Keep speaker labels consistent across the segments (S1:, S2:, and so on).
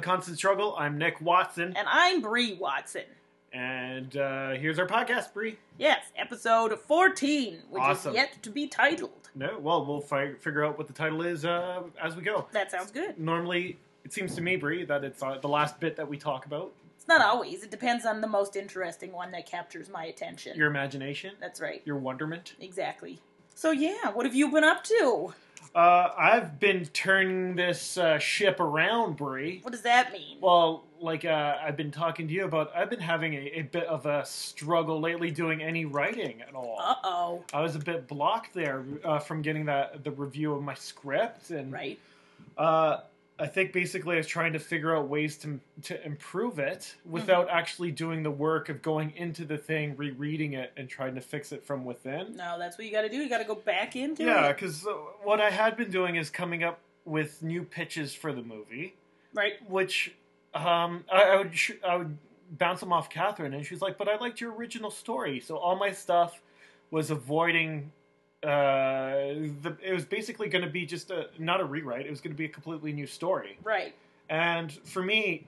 S1: Constant Struggle. I'm Nick Watson.
S2: And I'm Bree Watson.
S1: And uh, here's our podcast, Bree.
S2: Yes, episode 14, which
S1: Awesome.
S2: is yet to be titled.
S1: No, well, we'll fi- figure out what the title is uh, as we go.
S2: That sounds good.
S1: Normally, it seems to me, Bree, that it's uh, the last bit that we talk about
S2: It's not always. It depends on the most interesting one that captures my attention.
S1: your imagination,
S2: That's right.
S1: your wonderment.
S2: Exactly. So, yeah, what have you been up to?
S1: Uh, I've been turning this uh, ship around, Bree.
S2: What does that mean?
S1: Well, like uh, I've been talking to you about, I've been having a, a bit of a struggle lately doing any writing at all.
S2: Uh oh.
S1: I was a bit blocked there uh, from getting that the review of my script, and
S2: Right?
S1: uh, I think basically I was trying to figure out ways to to improve it without actually doing the work of going into the thing, rereading it, and trying to fix it from within.
S2: No, that's what you gotta do. You gotta go back into
S1: Yeah,
S2: it.
S1: because what I had been doing is coming up with new pitches for the movie,
S2: Right?
S1: which um, I, I would sh- I would bounce them off Catherine, and she's like, "But I liked your original story." So all my stuff was avoiding. Uh, the, it was basically going to be just a not a rewrite. It was going to be a completely new story.
S2: Right.
S1: And for me,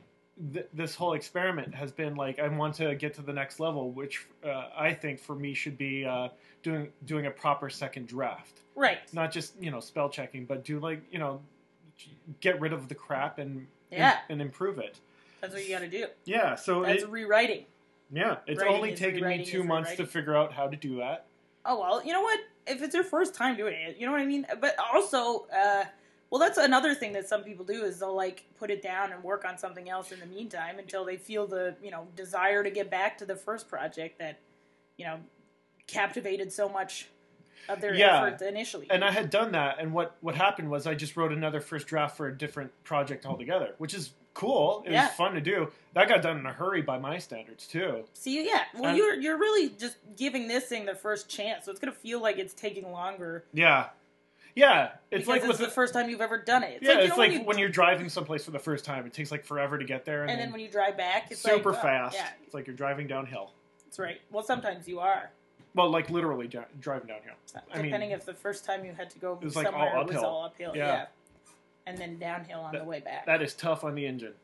S1: th- this whole experiment has been like I want to get to the next level, which uh, I think for me should be uh, doing doing a proper second draft,
S2: Right.
S1: not just you know spell checking, but do like you know get rid of the crap and
S2: Yeah.
S1: and, improve it.
S2: That's what you gotta do.
S1: Yeah, so
S2: That's
S1: it,
S2: rewriting.
S1: yeah, it's
S2: writing
S1: only
S2: is
S1: taken me
S2: rewriting
S1: two
S2: is
S1: months
S2: rewriting.
S1: to figure out how to do that.
S2: Oh well, you know what? If it's your first time doing it, you know what I mean. But also, uh, well, that's another thing that some people do is they'll like put it down and work on something else in the meantime until they feel the you know desire to get back to the first project that you know captivated so much of their
S1: Yeah.
S2: effort initially.
S1: And I had done that, and what what happened was I just wrote another first draft for a different project altogether, which is cool. It
S2: Yeah.
S1: was fun to do. That got done in a hurry by my standards too.
S2: See, yeah, well,
S1: And-
S2: you're you're really just giving this thing the first chance, so it's gonna feel like it's taking longer.
S1: Yeah, yeah. It's
S2: because
S1: like with
S2: it's the first time you've ever done it. It's
S1: yeah,
S2: like, you
S1: it's
S2: know,
S1: like
S2: when, you,
S1: when you're driving someplace for the first time, it takes like forever to get there, and,
S2: and then when you drive back, it's like,
S1: super
S2: well,
S1: fast.
S2: Yeah,
S1: It's like you're driving downhill.
S2: that's right. Well, sometimes you are.
S1: Well, like literally dri- driving downhill. I mean-
S2: depending if the first time you had to go
S1: It was, like,
S2: somewhere
S1: all
S2: it was
S1: uphill.
S2: all uphill,
S1: Yeah.
S2: yeah. and then downhill on the way back,
S1: That is tough on the engine,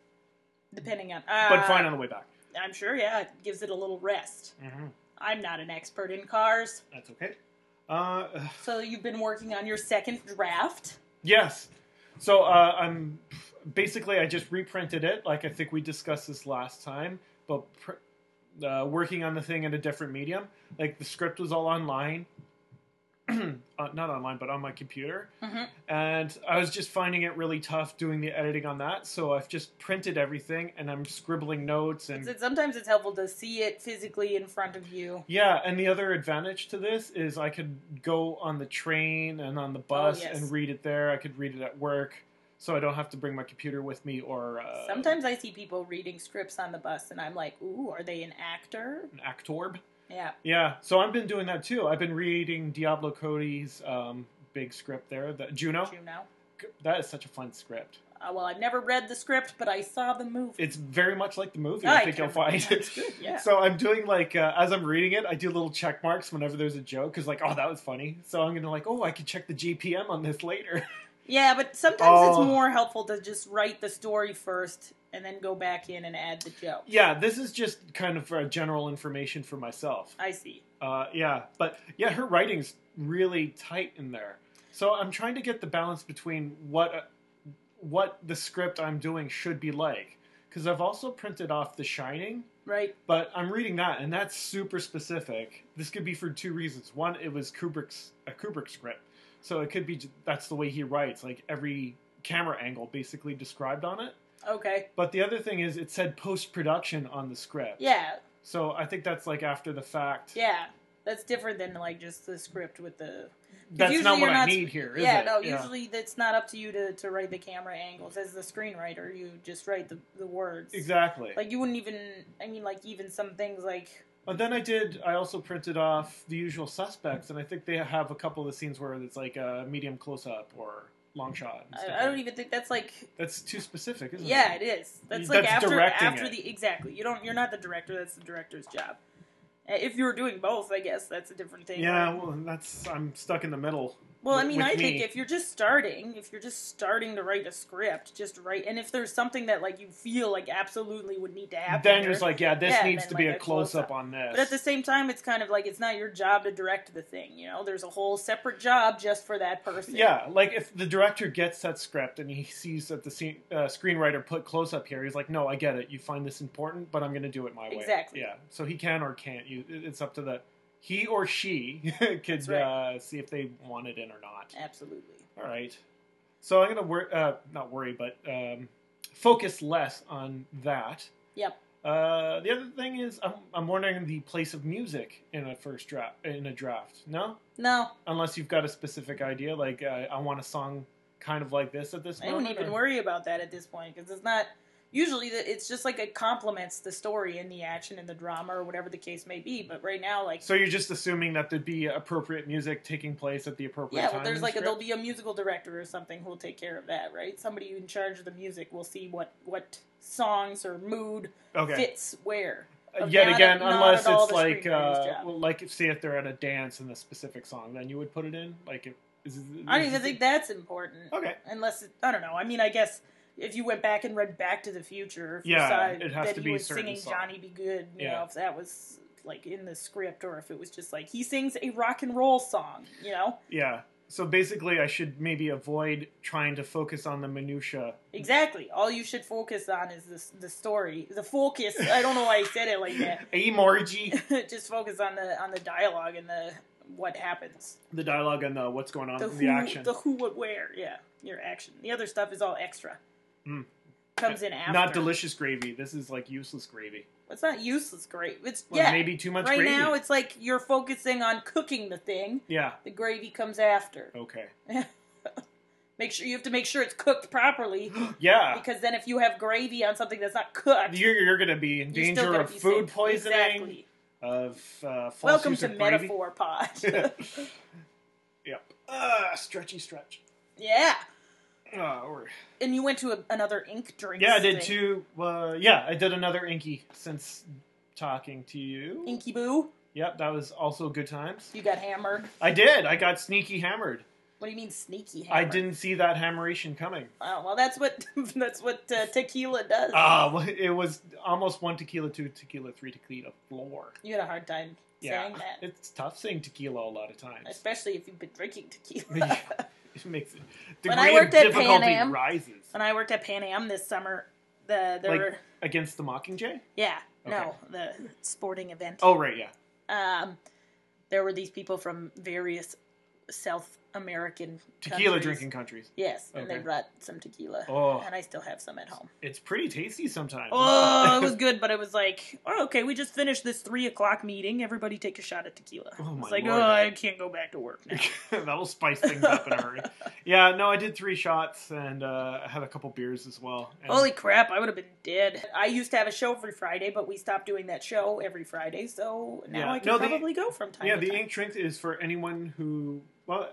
S2: depending on. Uh,
S1: but fine on the way back.
S2: I'm sure. Yeah, it gives it a little rest.
S1: hmm
S2: I'm not an expert in cars,
S1: That's okay. Uh,
S2: so you've been working on your second draft.
S1: Yes. So uh, I'm basically I just reprinted it, like I think we discussed this last time, but pr- uh, working on the thing in a different medium. Like the script was all online, uh, not online, but on my computer,
S2: Mhm.
S1: and I was just finding it really tough doing the editing on that. So I've just printed everything, and I'm scribbling notes and.
S2: It's- it's- sometimes it's helpful to see it physically in front of you.
S1: yeah, and the other advantage to this is I could go on the train and on the bus
S2: Oh, yes.
S1: and read it there. I could read it at work, so I don't have to bring my computer with me or uh,
S2: Sometimes I see people reading scripts on the bus, and I'm like, "Ooh, are they an actor?"
S1: an Actorb.
S2: Yeah,
S1: Yeah, so I've been doing that too. I've been reading Diablo Cody's um, big script there, the Juno.
S2: you know.
S1: That is such a fun script.
S2: Uh, well, I've never read the script, but I saw the movie.
S1: It's very much like the movie.
S2: I
S1: I think
S2: can
S1: you'll find.
S2: imagine. It's good, yeah.
S1: So I'm doing like uh, as I'm reading it, I do little check marks whenever there's a joke because like, oh, that was funny. So I'm gonna like, oh, I could check the GPM on this later.
S2: Yeah, but sometimes
S1: Oh.
S2: it's more helpful to just write the story first and then go back in and add the joke.
S1: Yeah, this is just kind of uh, general information for myself.
S2: I see.
S1: Uh, yeah, but yeah, her writing's really tight in there. So I'm trying to get the balance between what uh, what the script I'm doing should be like, because I've also printed off The Shining,
S2: Right?
S1: but I'm reading that, and that's super specific. This could be for two reasons. One, it was Kubrick's a Kubrick script, so it could be j- that's the way he writes, like every camera angle basically described on it.
S2: Okay.
S1: But the other thing is, it said post production on the script.
S2: Yeah,
S1: So I think that's like after the fact.
S2: yeah. That's different than like just the script with the. 'cause
S1: That's
S2: usually
S1: not what
S2: you're
S1: I
S2: sp-
S1: need here, is
S2: yeah,
S1: it?
S2: no. Usually, that's not up to you to, to write the camera angles. As the screenwriter, you just write the the words.
S1: Exactly.
S2: Like you wouldn't even. I mean, like even some things like
S1: and then I did. I also printed off the usual suspects, and I think they have a couple of the scenes where it's like a medium close up or long shot. And stuff
S2: I, I don't
S1: like-
S2: even think that's like
S1: That's too specific, isn't
S2: Yeah,
S1: it?
S2: it is. That's
S1: That's
S2: like after
S1: directing
S2: after
S1: it.
S2: the exactly. You don't. You're not the director. That's the director's job. Uh, If you were doing both, I guess that's a different thing.
S1: Yeah. Well, that's I'm stuck in the middle.
S2: Well, I mean,
S1: with
S2: I think
S1: me.
S2: if you're just starting, if you're just starting to write a script, just write. And if there's something that like you feel like absolutely would need to happen,
S1: then
S2: or-
S1: it's like, yeah, this
S2: Yeah,
S1: needs
S2: then,
S1: to be
S2: like,
S1: a
S2: a close
S1: close up on this.
S2: But at the same time, it's kind of like it's not your job to direct the thing. You know, there's a whole separate job just for that person.
S1: yeah, like if the director gets that script and he sees that the scene, uh, screenwriter put close up here, he's like, "No, I get it. You find this important, but I'm going to do it my way."
S2: Exactly.
S1: Yeah. So he can or can't. You, it- it's up to the he or she could
S2: That's right.
S1: uh, see if they want it in or not.
S2: absolutely.
S1: All right. So I'm gonna wor- uh, not worry, but um, focus less on that.
S2: Yep.
S1: Uh, the other thing is, I'm, I'm wondering the place of music in a first draft. In a draft, no,
S2: No,
S1: unless you've got a specific idea, like uh, I want a song kind of like this at this
S2: I wouldn't
S1: moment.
S2: even
S1: or-
S2: worry about that at this point because it's not usually that it's just like it complements the story and the action and the drama or whatever the case may be. But right now, like
S1: So you're just assuming that there'd be appropriate music taking place at the appropriate
S2: yeah,
S1: time.
S2: well, there's
S1: in
S2: like a,
S1: the
S2: there'll
S1: script?
S2: be a musical director or something who'll take care of that, right? Somebody in charge of the music will see what what songs or mood
S1: okay.
S2: fits where.
S1: Uh,
S2: But
S1: yet
S2: not-
S1: again,
S2: not
S1: unless
S2: at all
S1: it's
S2: the
S1: like,
S2: screenwriter's
S1: uh,
S2: job.
S1: well, like if, say if they're at a dance in the specific song, then you would put it in. Like, if, is,
S2: I don't even think that's important,
S1: Okay,
S2: unless it, I don't know. I mean, I guess if you went back and read Back to the Future, if
S1: Yeah,
S2: you saw
S1: it has
S2: that
S1: to
S2: he
S1: be
S2: was
S1: certain
S2: singing
S1: song.
S2: Johnny Be Good, you
S1: Yeah.
S2: know, if that was like in the script or if it was just like he sings a rock and roll song, you know,
S1: yeah. So basically, I should maybe avoid trying to focus on the minutia.
S2: exactly. All you should focus on is this the story, the focus. I don't know why I said it like that.
S1: Amorgy,
S2: just focus on the on the dialogue and the what happens.
S1: the dialogue and the what's going on,
S2: The
S1: the,
S2: who,
S1: action,
S2: the who, what, where. Yeah, your action. The other stuff is all extra.
S1: Mm.
S2: Comes in after.
S1: not delicious gravy. This is like useless gravy.
S2: It's not useless. Great. It's
S1: Well,
S2: yeah.
S1: maybe too much
S2: right
S1: gravy.
S2: now, it's like you're focusing on cooking the thing.
S1: yeah.
S2: The gravy comes after.
S1: Okay.
S2: Make sure you have to make sure it's cooked properly,
S1: Yeah.
S2: because then if you have gravy on something that's not cooked,
S1: You're, you're going to be in
S2: you're still
S1: danger
S2: gonna
S1: of
S2: be
S1: food
S2: sick.
S1: poisoning,
S2: Exactly.
S1: of uh, false
S2: Welcome
S1: use
S2: to
S1: of gravy.
S2: metaphor pod.
S1: yep. Uh, stretchy stretch.
S2: yeah.
S1: Uh, or
S2: And you went to a, another ink drink.
S1: Yeah, I did two. Uh, yeah, I did another Inky since talking to you.
S2: Inky Boo,
S1: Yep, that was also good times.
S2: you got hammered.
S1: I did. I got sneaky hammered.
S2: What do you mean sneaky
S1: I
S2: hammered?
S1: didn't see that hammeration coming.
S2: Oh, well, that's what that's what uh, tequila does.
S1: Ah, well, it was almost one tequila, two tequila, three tequila, floor.
S2: you had a hard time
S1: Yeah,
S2: saying that,
S1: it's tough saying tequila a lot of times.
S2: especially if you've been drinking tequila.
S1: it makes it, degree
S2: When I
S1: of
S2: worked at Pan
S1: difficulty
S2: Am- um,
S1: rises
S2: when I worked at Pan Am this summer, the there
S1: Like-
S2: were
S1: against the Mockingjay.
S2: yeah no the sporting event.
S1: Oh right, yeah.
S2: Um, there were these people from various South American
S1: Tequila
S2: countries.
S1: drinking countries.
S2: Yes, and they
S1: Okay.
S2: brought some tequila,
S1: Oh,
S2: and I still have some at home.
S1: it's pretty tasty sometimes.
S2: Oh, it was good, but it was like, oh, okay, we just finished this three o'clock meeting. Everybody take a shot at tequila.
S1: Oh, my
S2: it's like,
S1: lord.
S2: oh, I can't go back to work now.
S1: That'll spice things up in a hurry. Yeah, no, I did three shots and uh, I had a couple beers as well. And
S2: Holy crap, I would have been dead. I used to have a show every Friday, but we stopped doing that show every Friday, so now
S1: Yeah.
S2: I can
S1: No, the-
S2: probably go from time
S1: yeah,
S2: to
S1: the
S2: time.
S1: ink drink is for anyone who. Well,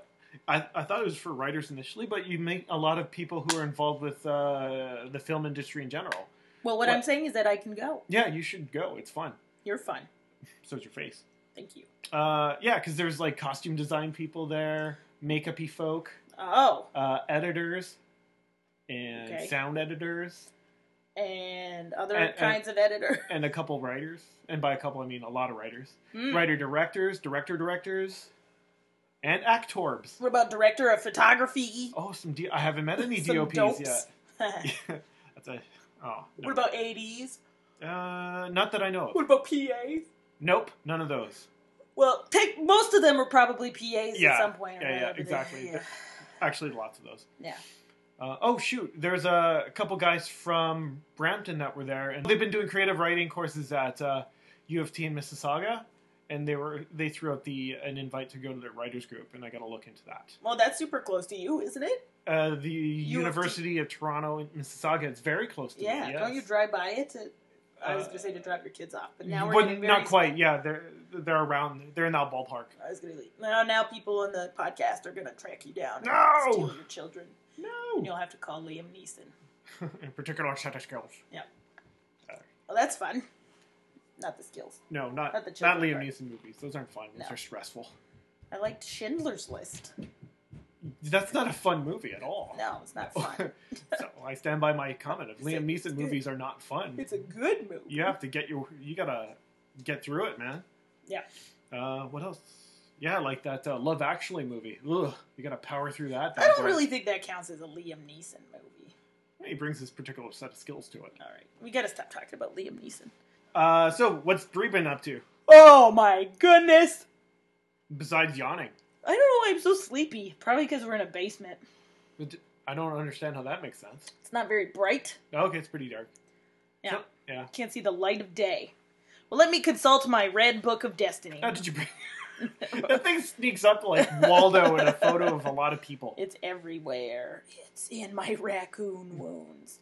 S1: I, I thought it was for writers initially, but you meet a lot of people who are involved with uh, the film industry in general.
S2: well, what,
S1: what-
S2: I'm saying is that I can go.
S1: Yeah, you should go. It's fun.
S2: You're fun.
S1: So's your face.
S2: Thank you.
S1: Uh, yeah, because there's like costume design people there, makeupy folk,
S2: Oh,
S1: uh, editors, and
S2: Okay.
S1: sound editors,
S2: and other
S1: And- and-
S2: kinds of editor.
S1: and a couple writers. And by a couple, I mean a lot of writers.
S2: Hmm.
S1: writer directors, director directors, and actorbs.
S2: What about director of photography?
S1: Oh, some D- I haven't met any
S2: Some
S1: DOPs
S2: dopes.
S1: yet. That's a oh. no.
S2: what about 80s?
S1: Uh, not that I know of.
S2: What about PAs?
S1: Nope, none of those.
S2: Well, take most of them were probably PAs
S1: Yeah,
S2: at some point.
S1: yeah,
S2: or
S1: yeah,
S2: another, but they-
S1: exactly.
S2: yeah.
S1: Actually, lots of those.
S2: Yeah.
S1: Uh, oh shoot! There's a couple guys from Brampton that were there, and they've been doing creative writing courses at uh, U of T in Mississauga, and they were they threw out the an invite to go to their writers group, and I got to look into that.
S2: Well, that's super close to you, isn't it?
S1: Uh, the
S2: of T.
S1: University of Toronto in Mississauga. It's very close to
S2: Yeah.
S1: me. yes.
S2: Don't you drive by it? To, I was
S1: Uh,
S2: gonna say to drop your kids off, but now we're
S1: But
S2: getting very
S1: not quite.
S2: small.
S1: Yeah, they're they're around. They're in that ballpark.
S2: I was gonna leave. Now, now people on the podcast are gonna track you down. and
S1: No!
S2: steal your children. And
S1: No,
S2: you'll have to call Liam Neeson.
S1: in particular set of skills.
S2: Well, that's fun. Not the skills.
S1: No, not
S2: Not
S1: not,
S2: the children
S1: Liam
S2: part.
S1: Neeson movies. Those aren't fun.
S2: No.
S1: Those are stressful.
S2: I liked Schindler's List.
S1: that's not a fun movie at all.
S2: No, it's not fun.
S1: so I stand by my comment of
S2: It's
S1: Liam
S2: a- it's
S1: Neeson
S2: good.
S1: movies are not fun.
S2: it's a good movie.
S1: you have to get your you gotta get through it, man.
S2: Yeah.
S1: Uh, what else? Yeah, like that uh, Love Actually movie. Ugh, you gotta power through that.
S2: I don't
S1: But
S2: really think that counts as a Liam Neeson movie.
S1: He brings his particular set of skills to it.
S2: All right, we gotta stop talking about Liam Neeson.
S1: Uh, so what's Bree been up to
S2: Oh my goodness!
S1: besides yawning?
S2: I don't know why I'm so sleepy. Probably because we're in a basement.
S1: I don't understand how that makes sense.
S2: It's not very bright.
S1: Okay, it's pretty dark.
S2: Yeah.
S1: So- yeah.
S2: Can't see the light of day. Well, let me consult my red book of destiny.
S1: How did you bring? that thing sneaks up like Waldo in a photo of a lot of people.
S2: It's everywhere. It's in my
S1: Hmm.
S2: raccoon wounds.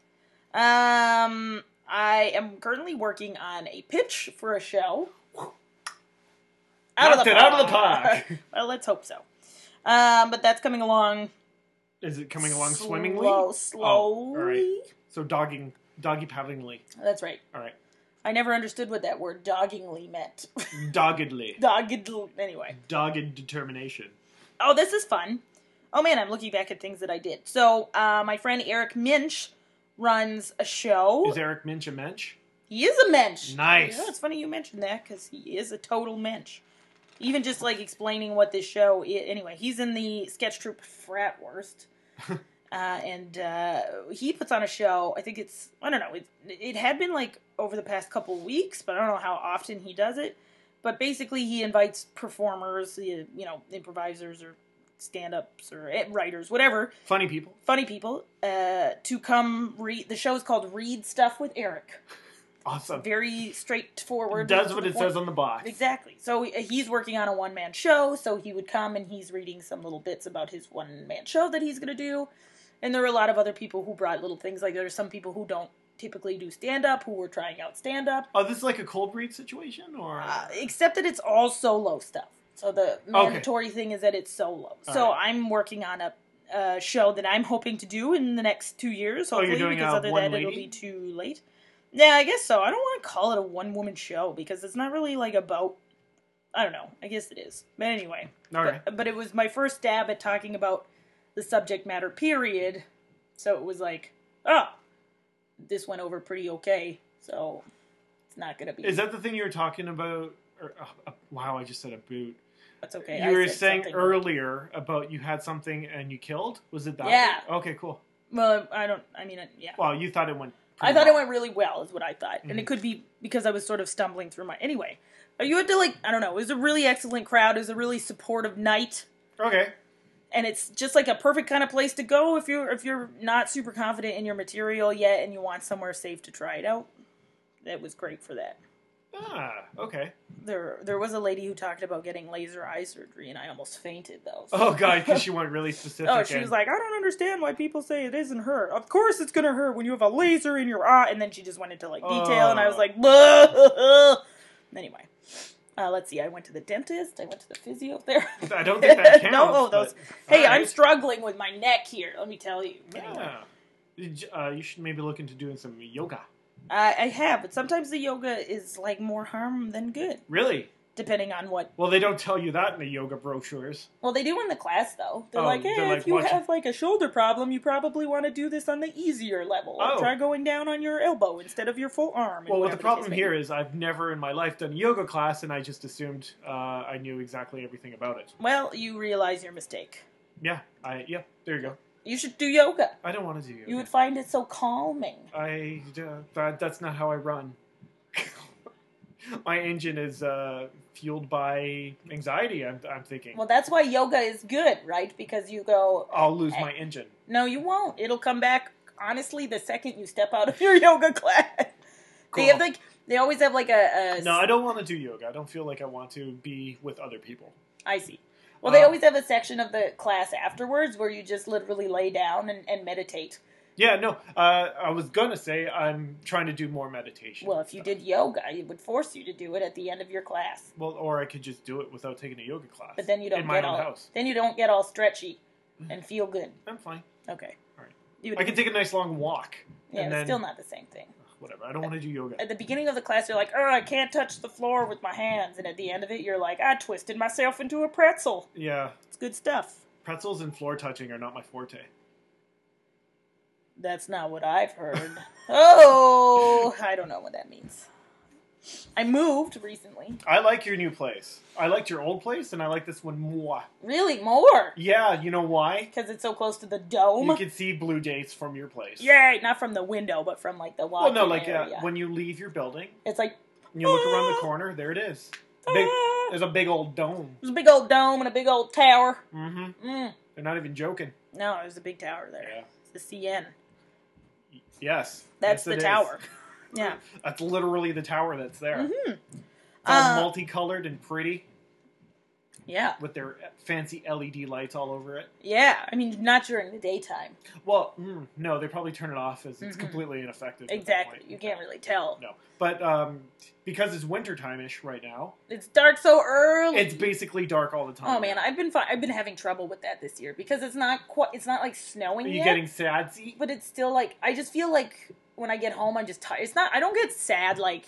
S2: Um, I am currently working on a pitch for a show.
S1: Knocked it out of the park.
S2: well, let's hope so. Um, but that's coming along.
S1: Is it coming along swimmingly? Oh,
S2: Slow,
S1: all
S2: slowly.
S1: right. So dogging, doggy paddlingly.
S2: That's right.
S1: All right,
S2: I never understood what that word doggingly meant.
S1: doggedly,
S2: Dogged. Anyway.
S1: dogged determination.
S2: Oh, this is fun. Oh man, I'm looking back at things that I did. So, uh, my friend Eric Minch runs a show.
S1: Is Eric Minch a mensch?
S2: He is a mensch.
S1: Nice.
S2: You know, it's funny you mentioned that because he is a total mensch. Even just like explaining what this show is. Anyway, he's in the sketch troupe Fratwurst. uh, and uh, he puts on a show. I think it's, I don't know, it, it had been like over the past couple weeks, but I don't know how often he does it. But basically, he invites performers, you you know, improvisers or stand ups or eh, writers, whatever,
S1: Funny people.
S2: funny people, uh, to come read. The show is called Read Stuff with Eric
S1: Awesome.
S2: very straightforward.
S1: Does what it says on the box.
S2: Exactly. So uh, he's working on a one man show, so he would come and he's reading some little bits about his one man show that he's going to do. And there were a lot of other people who brought little things. Like there are some people who don't typically do stand up, who were trying out stand up,
S1: Oh, this is like a cold read situation, or
S2: uh, except that it's all solo stuff. So the mandatory thing is that it's solo.
S1: All
S2: so
S1: right.
S2: I'm working on a. Uh, show that I'm hoping to do in the next two years,
S1: Oh, you're
S2: hopefully,
S1: doing
S2: because
S1: a
S2: other
S1: one
S2: than that it'll
S1: lady?
S2: be too late. Yeah, I guess so. I don't want to call it a one woman show because it's not really like about. I don't know. I guess it is. But anyway,
S1: all right.
S2: but, but it was my first stab at talking about the subject matter. Period. So it was like, oh, this went over pretty okay. So it's not gonna be.
S1: Is that the thing you were talking about? Or, uh, uh, wow, I just said a boot.
S2: that's okay. I
S1: you were
S2: said
S1: saying
S2: something.
S1: earlier about you had something and you killed. Was it that?
S2: Yeah.
S1: thing? Okay, cool.
S2: Well, um, I don't. I mean, uh, yeah.
S1: Well, you thought it went.
S2: I
S1: pretty
S2: thought it
S1: well.
S2: went really well, is what I thought, and
S1: Mhm.
S2: it could be because I was sort of stumbling through my. Anyway, you had to like I don't know. It was a really excellent crowd. It was a really supportive night.
S1: Okay.
S2: and it's just like a perfect kind of place to go if you're if you're not super confident in your material yet and you want somewhere safe to try it out. That was great for that.
S1: Ah, okay.
S2: There there was a lady who talked about getting laser eye surgery and I almost fainted though.
S1: Oh god, because she went really specific.
S2: Oh, she
S1: and-
S2: was like, I don't understand why people say it isn't her. Of course it's gonna hurt when you have a laser in your eye. And then she just went into like detail, and I was
S1: Oh.
S2: like, "Bleh." anyway. Uh, let's see. I went to the dentist. I went to the physiotherapist.
S1: I don't think that counts.
S2: no, oh, those.
S1: but-
S2: Hey, I'm
S1: Alright.
S2: struggling with my neck here. Let me tell you. Anyway.
S1: Yeah. You j- Uh, you should maybe look into doing some yoga.
S2: I, I have, but sometimes the yoga is like more harm than good,
S1: Really?
S2: depending on what.
S1: Well, they don't tell you that in the yoga brochures.
S2: Well, they do in the class though. They're
S1: Oh,
S2: like, hey,
S1: they're like
S2: if you
S1: watching-
S2: have like a shoulder problem, you probably want to do this on the easier level. Or
S1: Oh.
S2: Try going down on your elbow instead of your full arm. and
S1: Well, what
S2: whatever
S1: the
S2: case
S1: problem
S2: may
S1: here
S2: be.
S1: is I've never in my life done a yoga class, and I just assumed uh, I knew exactly everything about it.
S2: Well, you realize your mistake.
S1: Yeah, I yeah. There you go.
S2: You should do yoga.
S1: I don't want to do yoga.
S2: You would find it so calming.
S1: I uh, that, that's not how I run. my engine is uh, fueled by anxiety. I'm, I'm thinking
S2: Well, that's why yoga is good, right? Because you go,
S1: I'll lose my engine.
S2: no, you won't. It'll come back. Honestly, the second you step out of your yoga class,
S1: Cool.
S2: they have like they always have like a, a
S1: No, I don't want to do yoga. I don't feel like I want to be with other people.
S2: I see. Well, they
S1: Uh,
S2: always have a section of the class afterwards where you just literally lay down and, and meditate.
S1: Yeah, no. Uh, I was gonna say I'm trying to do more meditation.
S2: Well, if you did yoga, it would force you to do it at the end of your class.
S1: Well, or I could just do it without taking a yoga class.
S2: But then you don't
S1: in my
S2: get
S1: own
S2: all
S1: house.
S2: then you don't get all stretchy and feel good.
S1: I'm fine.
S2: Okay.
S1: All right.
S2: You would,
S1: I can take a nice long walk.
S2: yeah,
S1: and
S2: it's
S1: then,
S2: still not the same thing.
S1: Whatever. I don't want to do yoga.
S2: At the beginning of the class, you're like, "Oh, I can't touch the floor with my hands," and at the end of it, you're like, "I twisted myself into a pretzel."
S1: Yeah.
S2: It's good stuff.
S1: pretzels and floor touching are not my forte.
S2: That's not what I've heard. oh, I don't know what that means. I moved recently.
S1: I like your new place. I liked your old place, and I like this one more.
S2: Really, more
S1: Yeah, you know why?
S2: because it's so close to the
S1: You
S2: dome.
S1: can see blue jays from your place.
S2: Yay! Not from the window, but from like the
S1: Well,
S2: walk-in
S1: no, like uh,
S2: area.
S1: when you leave your building
S2: it's like
S1: and you look around the corner, there it is. Big,
S2: ah,
S1: there's a big old dome.
S2: there's a big old dome and a big old tower.
S1: Mm-hmm.
S2: Mm.
S1: They're not even joking.
S2: No, there's a big tower there.
S1: Yeah.
S2: It's the CN.
S1: Yes. Yes,
S2: That's the
S1: it is.
S2: tower. Yeah.
S1: That's literally the tower that's there.
S2: Mm-hmm.
S1: It's all
S2: Uh,
S1: multicolored and pretty
S2: Yeah.
S1: with their fancy LED lights all over it.
S2: Yeah. I mean, not during the daytime.
S1: Well, mm, no, they probably turn it off as it's
S2: Mhm.
S1: completely ineffective. at that
S2: Exactly.
S1: point.
S2: You can't really tell.
S1: No, but um, because it's wintertime ish right now,
S2: It's dark so early.
S1: it's basically dark all the time.
S2: Oh man, I've been fi- I've been having trouble with that this year because it's not quite it's not like snowing
S1: Are you
S2: yet,
S1: getting sadsy?
S2: but it's still like I just feel like when I get home I'm just tired. It's not I don't get sad like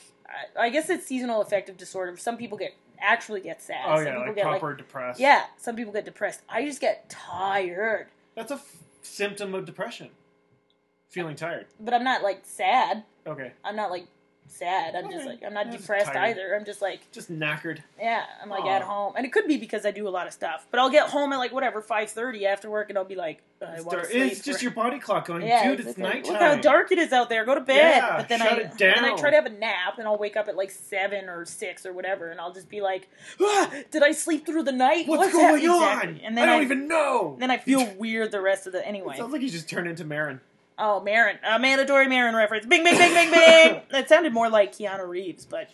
S2: I, I guess it's seasonal affective disorder. Some people get actually get sad.
S1: Oh
S2: some
S1: yeah,
S2: people
S1: like
S2: get
S1: proper depressed.
S2: yeah, some people get depressed. I just get tired,
S1: that's a f- symptom of depression. Feeling tired.
S2: but I'm not like sad.
S1: Okay,
S2: I'm not like sad. I'm just
S1: Okay.
S2: like I'm not
S1: I'm just
S2: depressed
S1: tired.
S2: either. I'm just like
S1: just knackered.
S2: Yeah, I'm like
S1: Aw.
S2: at home, and it could be because I do a lot of stuff. But I'll get home at like whatever five thirty after work, and I'll be like, "Uh, I
S1: It's,
S2: want
S1: dar-
S2: to sleep.
S1: it's just your body clock going,
S2: yeah,
S1: dude. It's
S2: like,
S1: nighttime.
S2: Look how dark it is out there. Go to bed.
S1: Yeah,
S2: but then
S1: shut
S2: I
S1: it
S2: and then I
S1: down.
S2: try to have a nap, and I'll wake up at like seven or six or whatever, and I'll just be like, ah, Did I sleep through the night?
S1: What's,
S2: hap-
S1: going on?
S2: Exactly. And then
S1: I don't even know.
S2: Then I feel weird the rest of the anyway.
S1: Sounds like you just turned into Marin.
S2: Oh, Marin, a mandatory Marin reference. Bing, bing, bing, bing, bing. That sounded more like Keanu Reeves, but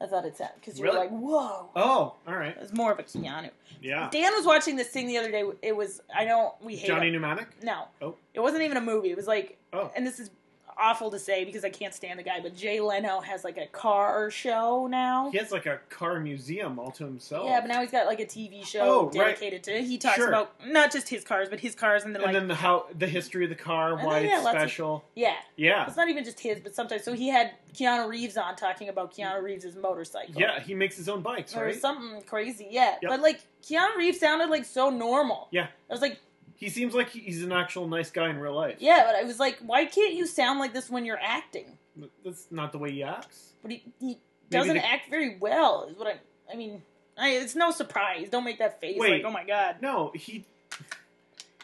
S2: I thought it sounded because you were
S1: Really?
S2: like, whoa.
S1: Oh, all right.
S2: It was more of a Keanu.
S1: Yeah.
S2: Dan was watching this thing the other day. It was I don't we hate
S1: Johnny
S2: it.
S1: Pneumatic?
S2: No,
S1: Oh.
S2: it wasn't even a movie. It was like,
S1: Oh.
S2: and this is awful to say because I can't stand the guy, but Jay Leno has like a car show now.
S1: He has like a car museum all to himself.
S2: Yeah, but now he's got like a TV
S1: Oh,
S2: show
S1: right.
S2: dedicated to. He talks
S1: Sure.
S2: about not just his cars, but his cars and then
S1: and
S2: like
S1: then the how the history of the car,
S2: And
S1: why
S2: then, yeah,
S1: it's
S2: lots of-
S1: special.
S2: yeah,
S1: yeah.
S2: it's not even just his, but sometimes. So he had Keanu Reeves on talking about Keanu Reeves' motorcycle.
S1: Yeah, he makes his own bikes,
S2: Or
S1: right?
S2: something crazy, yeah.
S1: Yep.
S2: But like Keanu Reeves sounded like so normal.
S1: Yeah.
S2: I was like,
S1: He seems like he- he's an actual nice guy in real life.
S2: Yeah, but I was like, why can't you sound like this when you're acting?
S1: That's not the way he acts.
S2: But he, he doesn't
S1: the-
S2: act very well. Is what I. I mean, I, it's no surprise. Don't make that face.
S1: Wait.
S2: Like, oh my god,
S1: No, he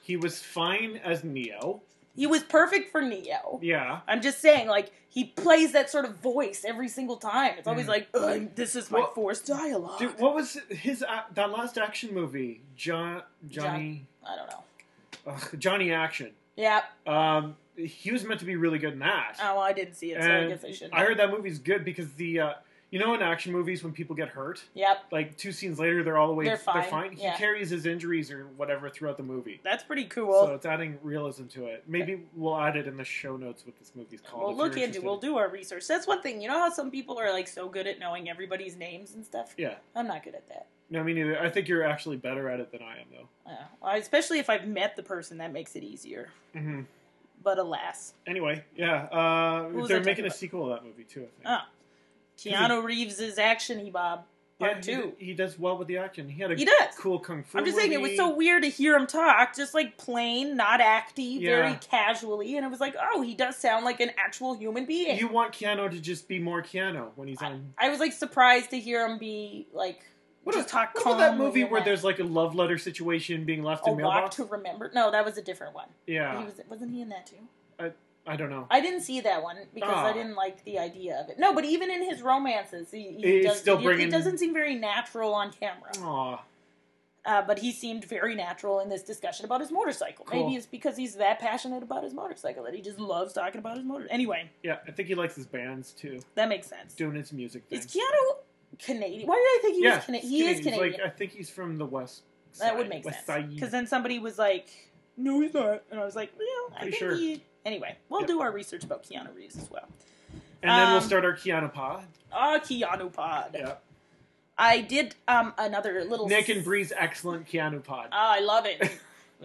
S1: he was fine as Neo.
S2: he was perfect for Neo.
S1: Yeah.
S2: I'm just saying, like he plays that sort of voice every single time. It's always
S1: Mm.
S2: like, "Ugh, this is my
S1: Well,
S2: forced dialogue.
S1: Dude, what was his a that last action movie? John Johnny
S2: I don't know.
S1: ugh, Johnny Action.
S2: Yeah.
S1: Um, he was meant to be really good in that.
S2: Oh, well, I didn't see it, so I
S1: And
S2: guess I should.
S1: I heard that movie's good because the uh, you know in action movies when people get hurt,
S2: Yep.
S1: like two scenes later they're all the way
S2: They're fine,
S1: He
S2: yeah.
S1: carries his injuries or whatever throughout the movie.
S2: That's pretty
S1: so
S2: cool.
S1: it's adding realism to it. Maybe we'll add it in the show notes what this movie's called.
S2: we'll
S1: if you're
S2: look into.
S1: interested.
S2: We'll do our research. That's one thing. You know how some people are like so good at knowing everybody's names and stuff.
S1: Yeah.
S2: I'm not good at that.
S1: No, me neither. I think you're actually better at it than I am, though.
S2: Yeah, well, especially if I've met the person, that makes it easier.
S1: hmm
S2: But alas,
S1: Anyway, yeah. Uh,
S2: was I
S1: they're
S2: talking
S1: making a
S2: about?
S1: sequel to that movie too. I think.
S2: Oh, Keanu Reeves' action Bob
S1: yeah,
S2: part
S1: he,
S2: two.
S1: He does well with the action. He had a
S2: He does.
S1: cool kung fu.
S2: I'm just saying it was
S1: movie.
S2: so weird to hear him talk, just like plain, not acty, very
S1: Yeah.
S2: casually, and it was like, oh, he does sound like an actual human being.
S1: You want Keanu to just be more Keanu when he's on
S2: I was like surprised to hear him be like
S1: What,
S2: just
S1: a-
S2: talk
S1: what about that
S2: calmly
S1: movie
S2: and
S1: where
S2: that.
S1: there's like a love letter situation being left
S2: a
S1: in
S2: walk
S1: mailbox?
S2: to remember. No, that was a different one. He
S1: yeah,
S2: was wasn't he in that too?
S1: I don't know.
S2: I didn't see that one because I
S1: Ah.
S2: didn't like the idea of it. No, but even in his romances, he, he
S1: He's
S2: does,
S1: still
S2: he,
S1: bringing-
S2: he doesn't seem very natural on camera.
S1: Aw,
S2: Uh, but he seemed very natural in this discussion about his motorcycle.
S1: Cool.
S2: Maybe it's because he's that passionate about his motorcycle that he just loves talking about his motor. Anyway,
S1: yeah, I think he likes his bands too,
S2: that makes sense.
S1: doing his music thing.
S2: Is Keanu Canadian? Why did I think he
S1: yeah,
S2: was Canadian?
S1: he's
S2: He is
S1: He's
S2: Canadian.
S1: Like, I think he's from the west.
S2: that
S1: side,
S2: would make
S1: west
S2: sense. Because
S1: Side.
S2: then somebody was like, "No, he's not," and I was like, "Well, I
S1: Pretty
S2: think
S1: sure.
S2: he." Anyway, we'll
S1: Yep.
S2: do our research about Keanu Reeves as well.
S1: And then we'll
S2: um,
S1: start our Keanu pod.
S2: Ah, Keanu Pod.
S1: Yeah,
S2: I did um another little
S1: Nick and Bree's excellent Keanu pod.
S2: Ah, I love it.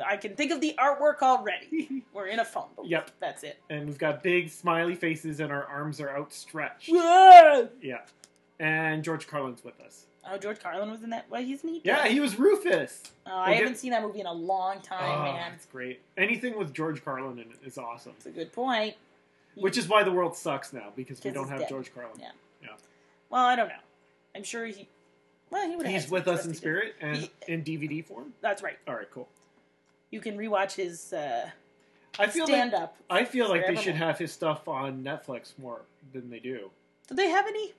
S2: I can think of the artwork already. We're in a phone booth.
S1: Yep.
S2: That's it.
S1: and we've got big smiley faces, and our arms are outstretched.
S2: Oh,
S1: yeah, and George Carlin's with us.
S2: Oh, George Carlin was in that. Why isn't he?
S1: Yeah, he was Rufus.
S2: Oh, I
S1: We'll get-
S2: haven't seen that movie in a long time,
S1: Ah,
S2: man.
S1: it's great. Anything with George Carlin in it is awesome.
S2: It's a good point.
S1: Which is why the world sucks now because we
S2: 'Cause
S1: don't
S2: he's
S1: have
S2: dead.
S1: George Carlin.
S2: Yeah. Well, I don't know. I'm sure he. Well, he would.
S1: He's with us in spirit and
S2: He-
S1: in DVD form.
S2: That's right.
S1: All right, cool.
S2: You can rewatch his uh,
S1: I feel
S2: stand
S1: like
S2: up.
S1: I feel like they
S2: Forevermore.
S1: should have his stuff on Netflix more than they do.
S2: Do they have any?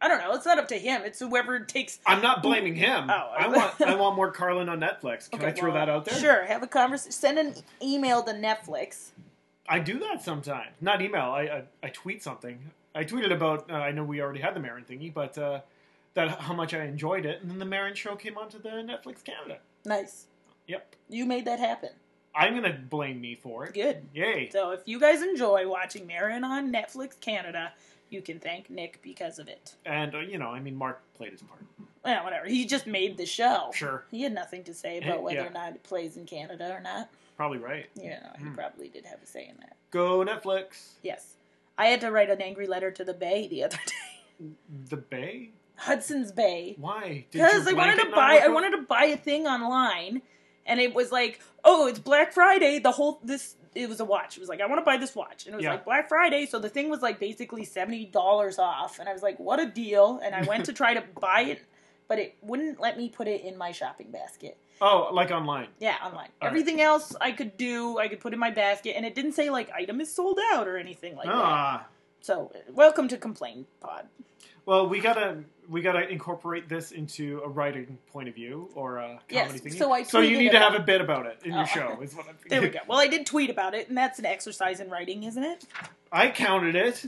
S2: I don't know. It's not up to him. It's whoever takes.
S1: I'm not blaming him.
S2: Oh,
S1: I want I want more Carlin on Netflix. Can
S2: Okay,
S1: I throw
S2: well,
S1: that out there?
S2: Sure. Have a conversation. Send an email to Netflix.
S1: I do that sometimes. Not email. I I, I tweet something. I tweeted about. Uh, I know we already had the Marin thingy, but uh, that how much I enjoyed it, and then the Marin show came onto the Netflix Canada.
S2: Nice.
S1: Yep.
S2: You made that happen.
S1: I'm gonna blame me for it.
S2: Good.
S1: Yay!
S2: So if you guys enjoy watching Marin on Netflix Canada, you can thank Nick because of it.
S1: And uh, you know, I mean, Mark played his part.
S2: Well, whatever. He just made the show.
S1: Sure,
S2: He had nothing to say
S1: Yeah.
S2: about whether or not it plays in Canada or not.
S1: probably right.
S2: Yeah, he
S1: Hmm.
S2: probably did have a say in that.
S1: Go Netflix.
S2: Yes. I had to write an angry letter to the Bay the other day.
S1: The Bay.
S2: Hudson's Bay.
S1: Why? Did your
S2: Because I
S1: blanket
S2: wanted to
S1: not
S2: buy
S1: work
S2: I
S1: out?
S2: wanted to buy a thing online and it was like, oh, it's Black Friday, the whole this it was a watch. It was like, I want to buy this watch. And it was
S1: Yeah.
S2: like Black Friday, so the thing was like basically seventy dollars off. And I was like, what a deal. And I went to try to buy it, but it wouldn't let me put it in my shopping basket.
S1: Oh, like online.
S2: Yeah, online.
S1: right.
S2: Everything else I could do, I could put in my basket, and it didn't say like item is sold out or anything like that.
S1: ah.
S2: So uh, welcome to Complain Pod.
S1: Well, we gotta we gotta incorporate this into a writing point of view or a
S2: Yes,
S1: comedy thing.
S2: so I
S1: so you
S2: tweeted
S1: need to
S2: about-
S1: have a bit about it in
S2: Oh.
S1: your show. Is what I'm
S2: There we go. Well, I did tweet about it, and that's an exercise in writing, isn't it?
S1: I counted it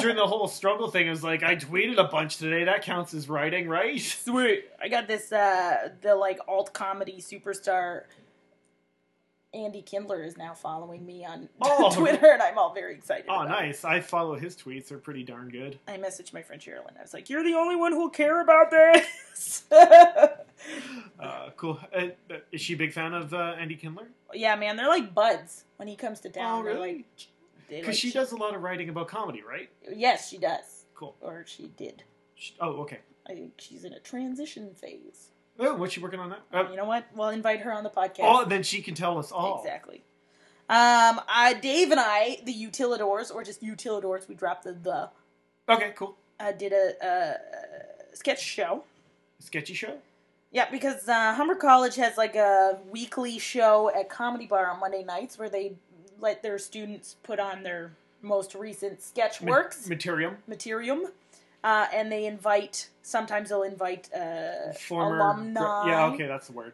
S1: during the whole struggle thing. I was like, I tweeted a bunch today. That counts as writing, right?
S2: Sweet. I got this uh the like alt comedy superstar Andy Kindler is now following me on
S1: Oh.
S2: Twitter and I'm all very excited.
S1: Oh,
S2: about it.
S1: nice. I follow his tweets. They're pretty darn good.
S2: I messaged my friend Sherilyn. I was like, You're the only one who'll care about this
S1: Uh, cool. Uh, uh, is she a big fan of uh, Andy Kindler?
S2: Yeah, man, they're like buds when he comes to town.
S1: oh,
S2: They're
S1: really?
S2: like they
S1: Because
S2: like-
S1: she does a lot of writing about comedy, right?
S2: Yes, she does.
S1: Cool.
S2: Or she did.
S1: She, oh, okay.
S2: I think she's in a transition phase.
S1: Oh, what's she working on that? Uh,
S2: you know what? We'll invite her on the podcast.
S1: Oh, then she can tell us all.
S2: Exactly. Um, uh, Dave and I, the Utilidors, or just Utilidors, we dropped the the,
S1: Okay, cool.
S2: uh, did a, uh sketch show.
S1: Sketchy show.
S2: Yeah, because uh, Humber College has like a weekly show at Comedy Bar on Monday nights where they let their students put on their most recent sketch
S1: Ma-
S2: works
S1: Materium.
S2: materium, uh, and they invite. Sometimes they'll invite uh,
S1: former
S2: alumni.
S1: Yeah, okay, that's the word.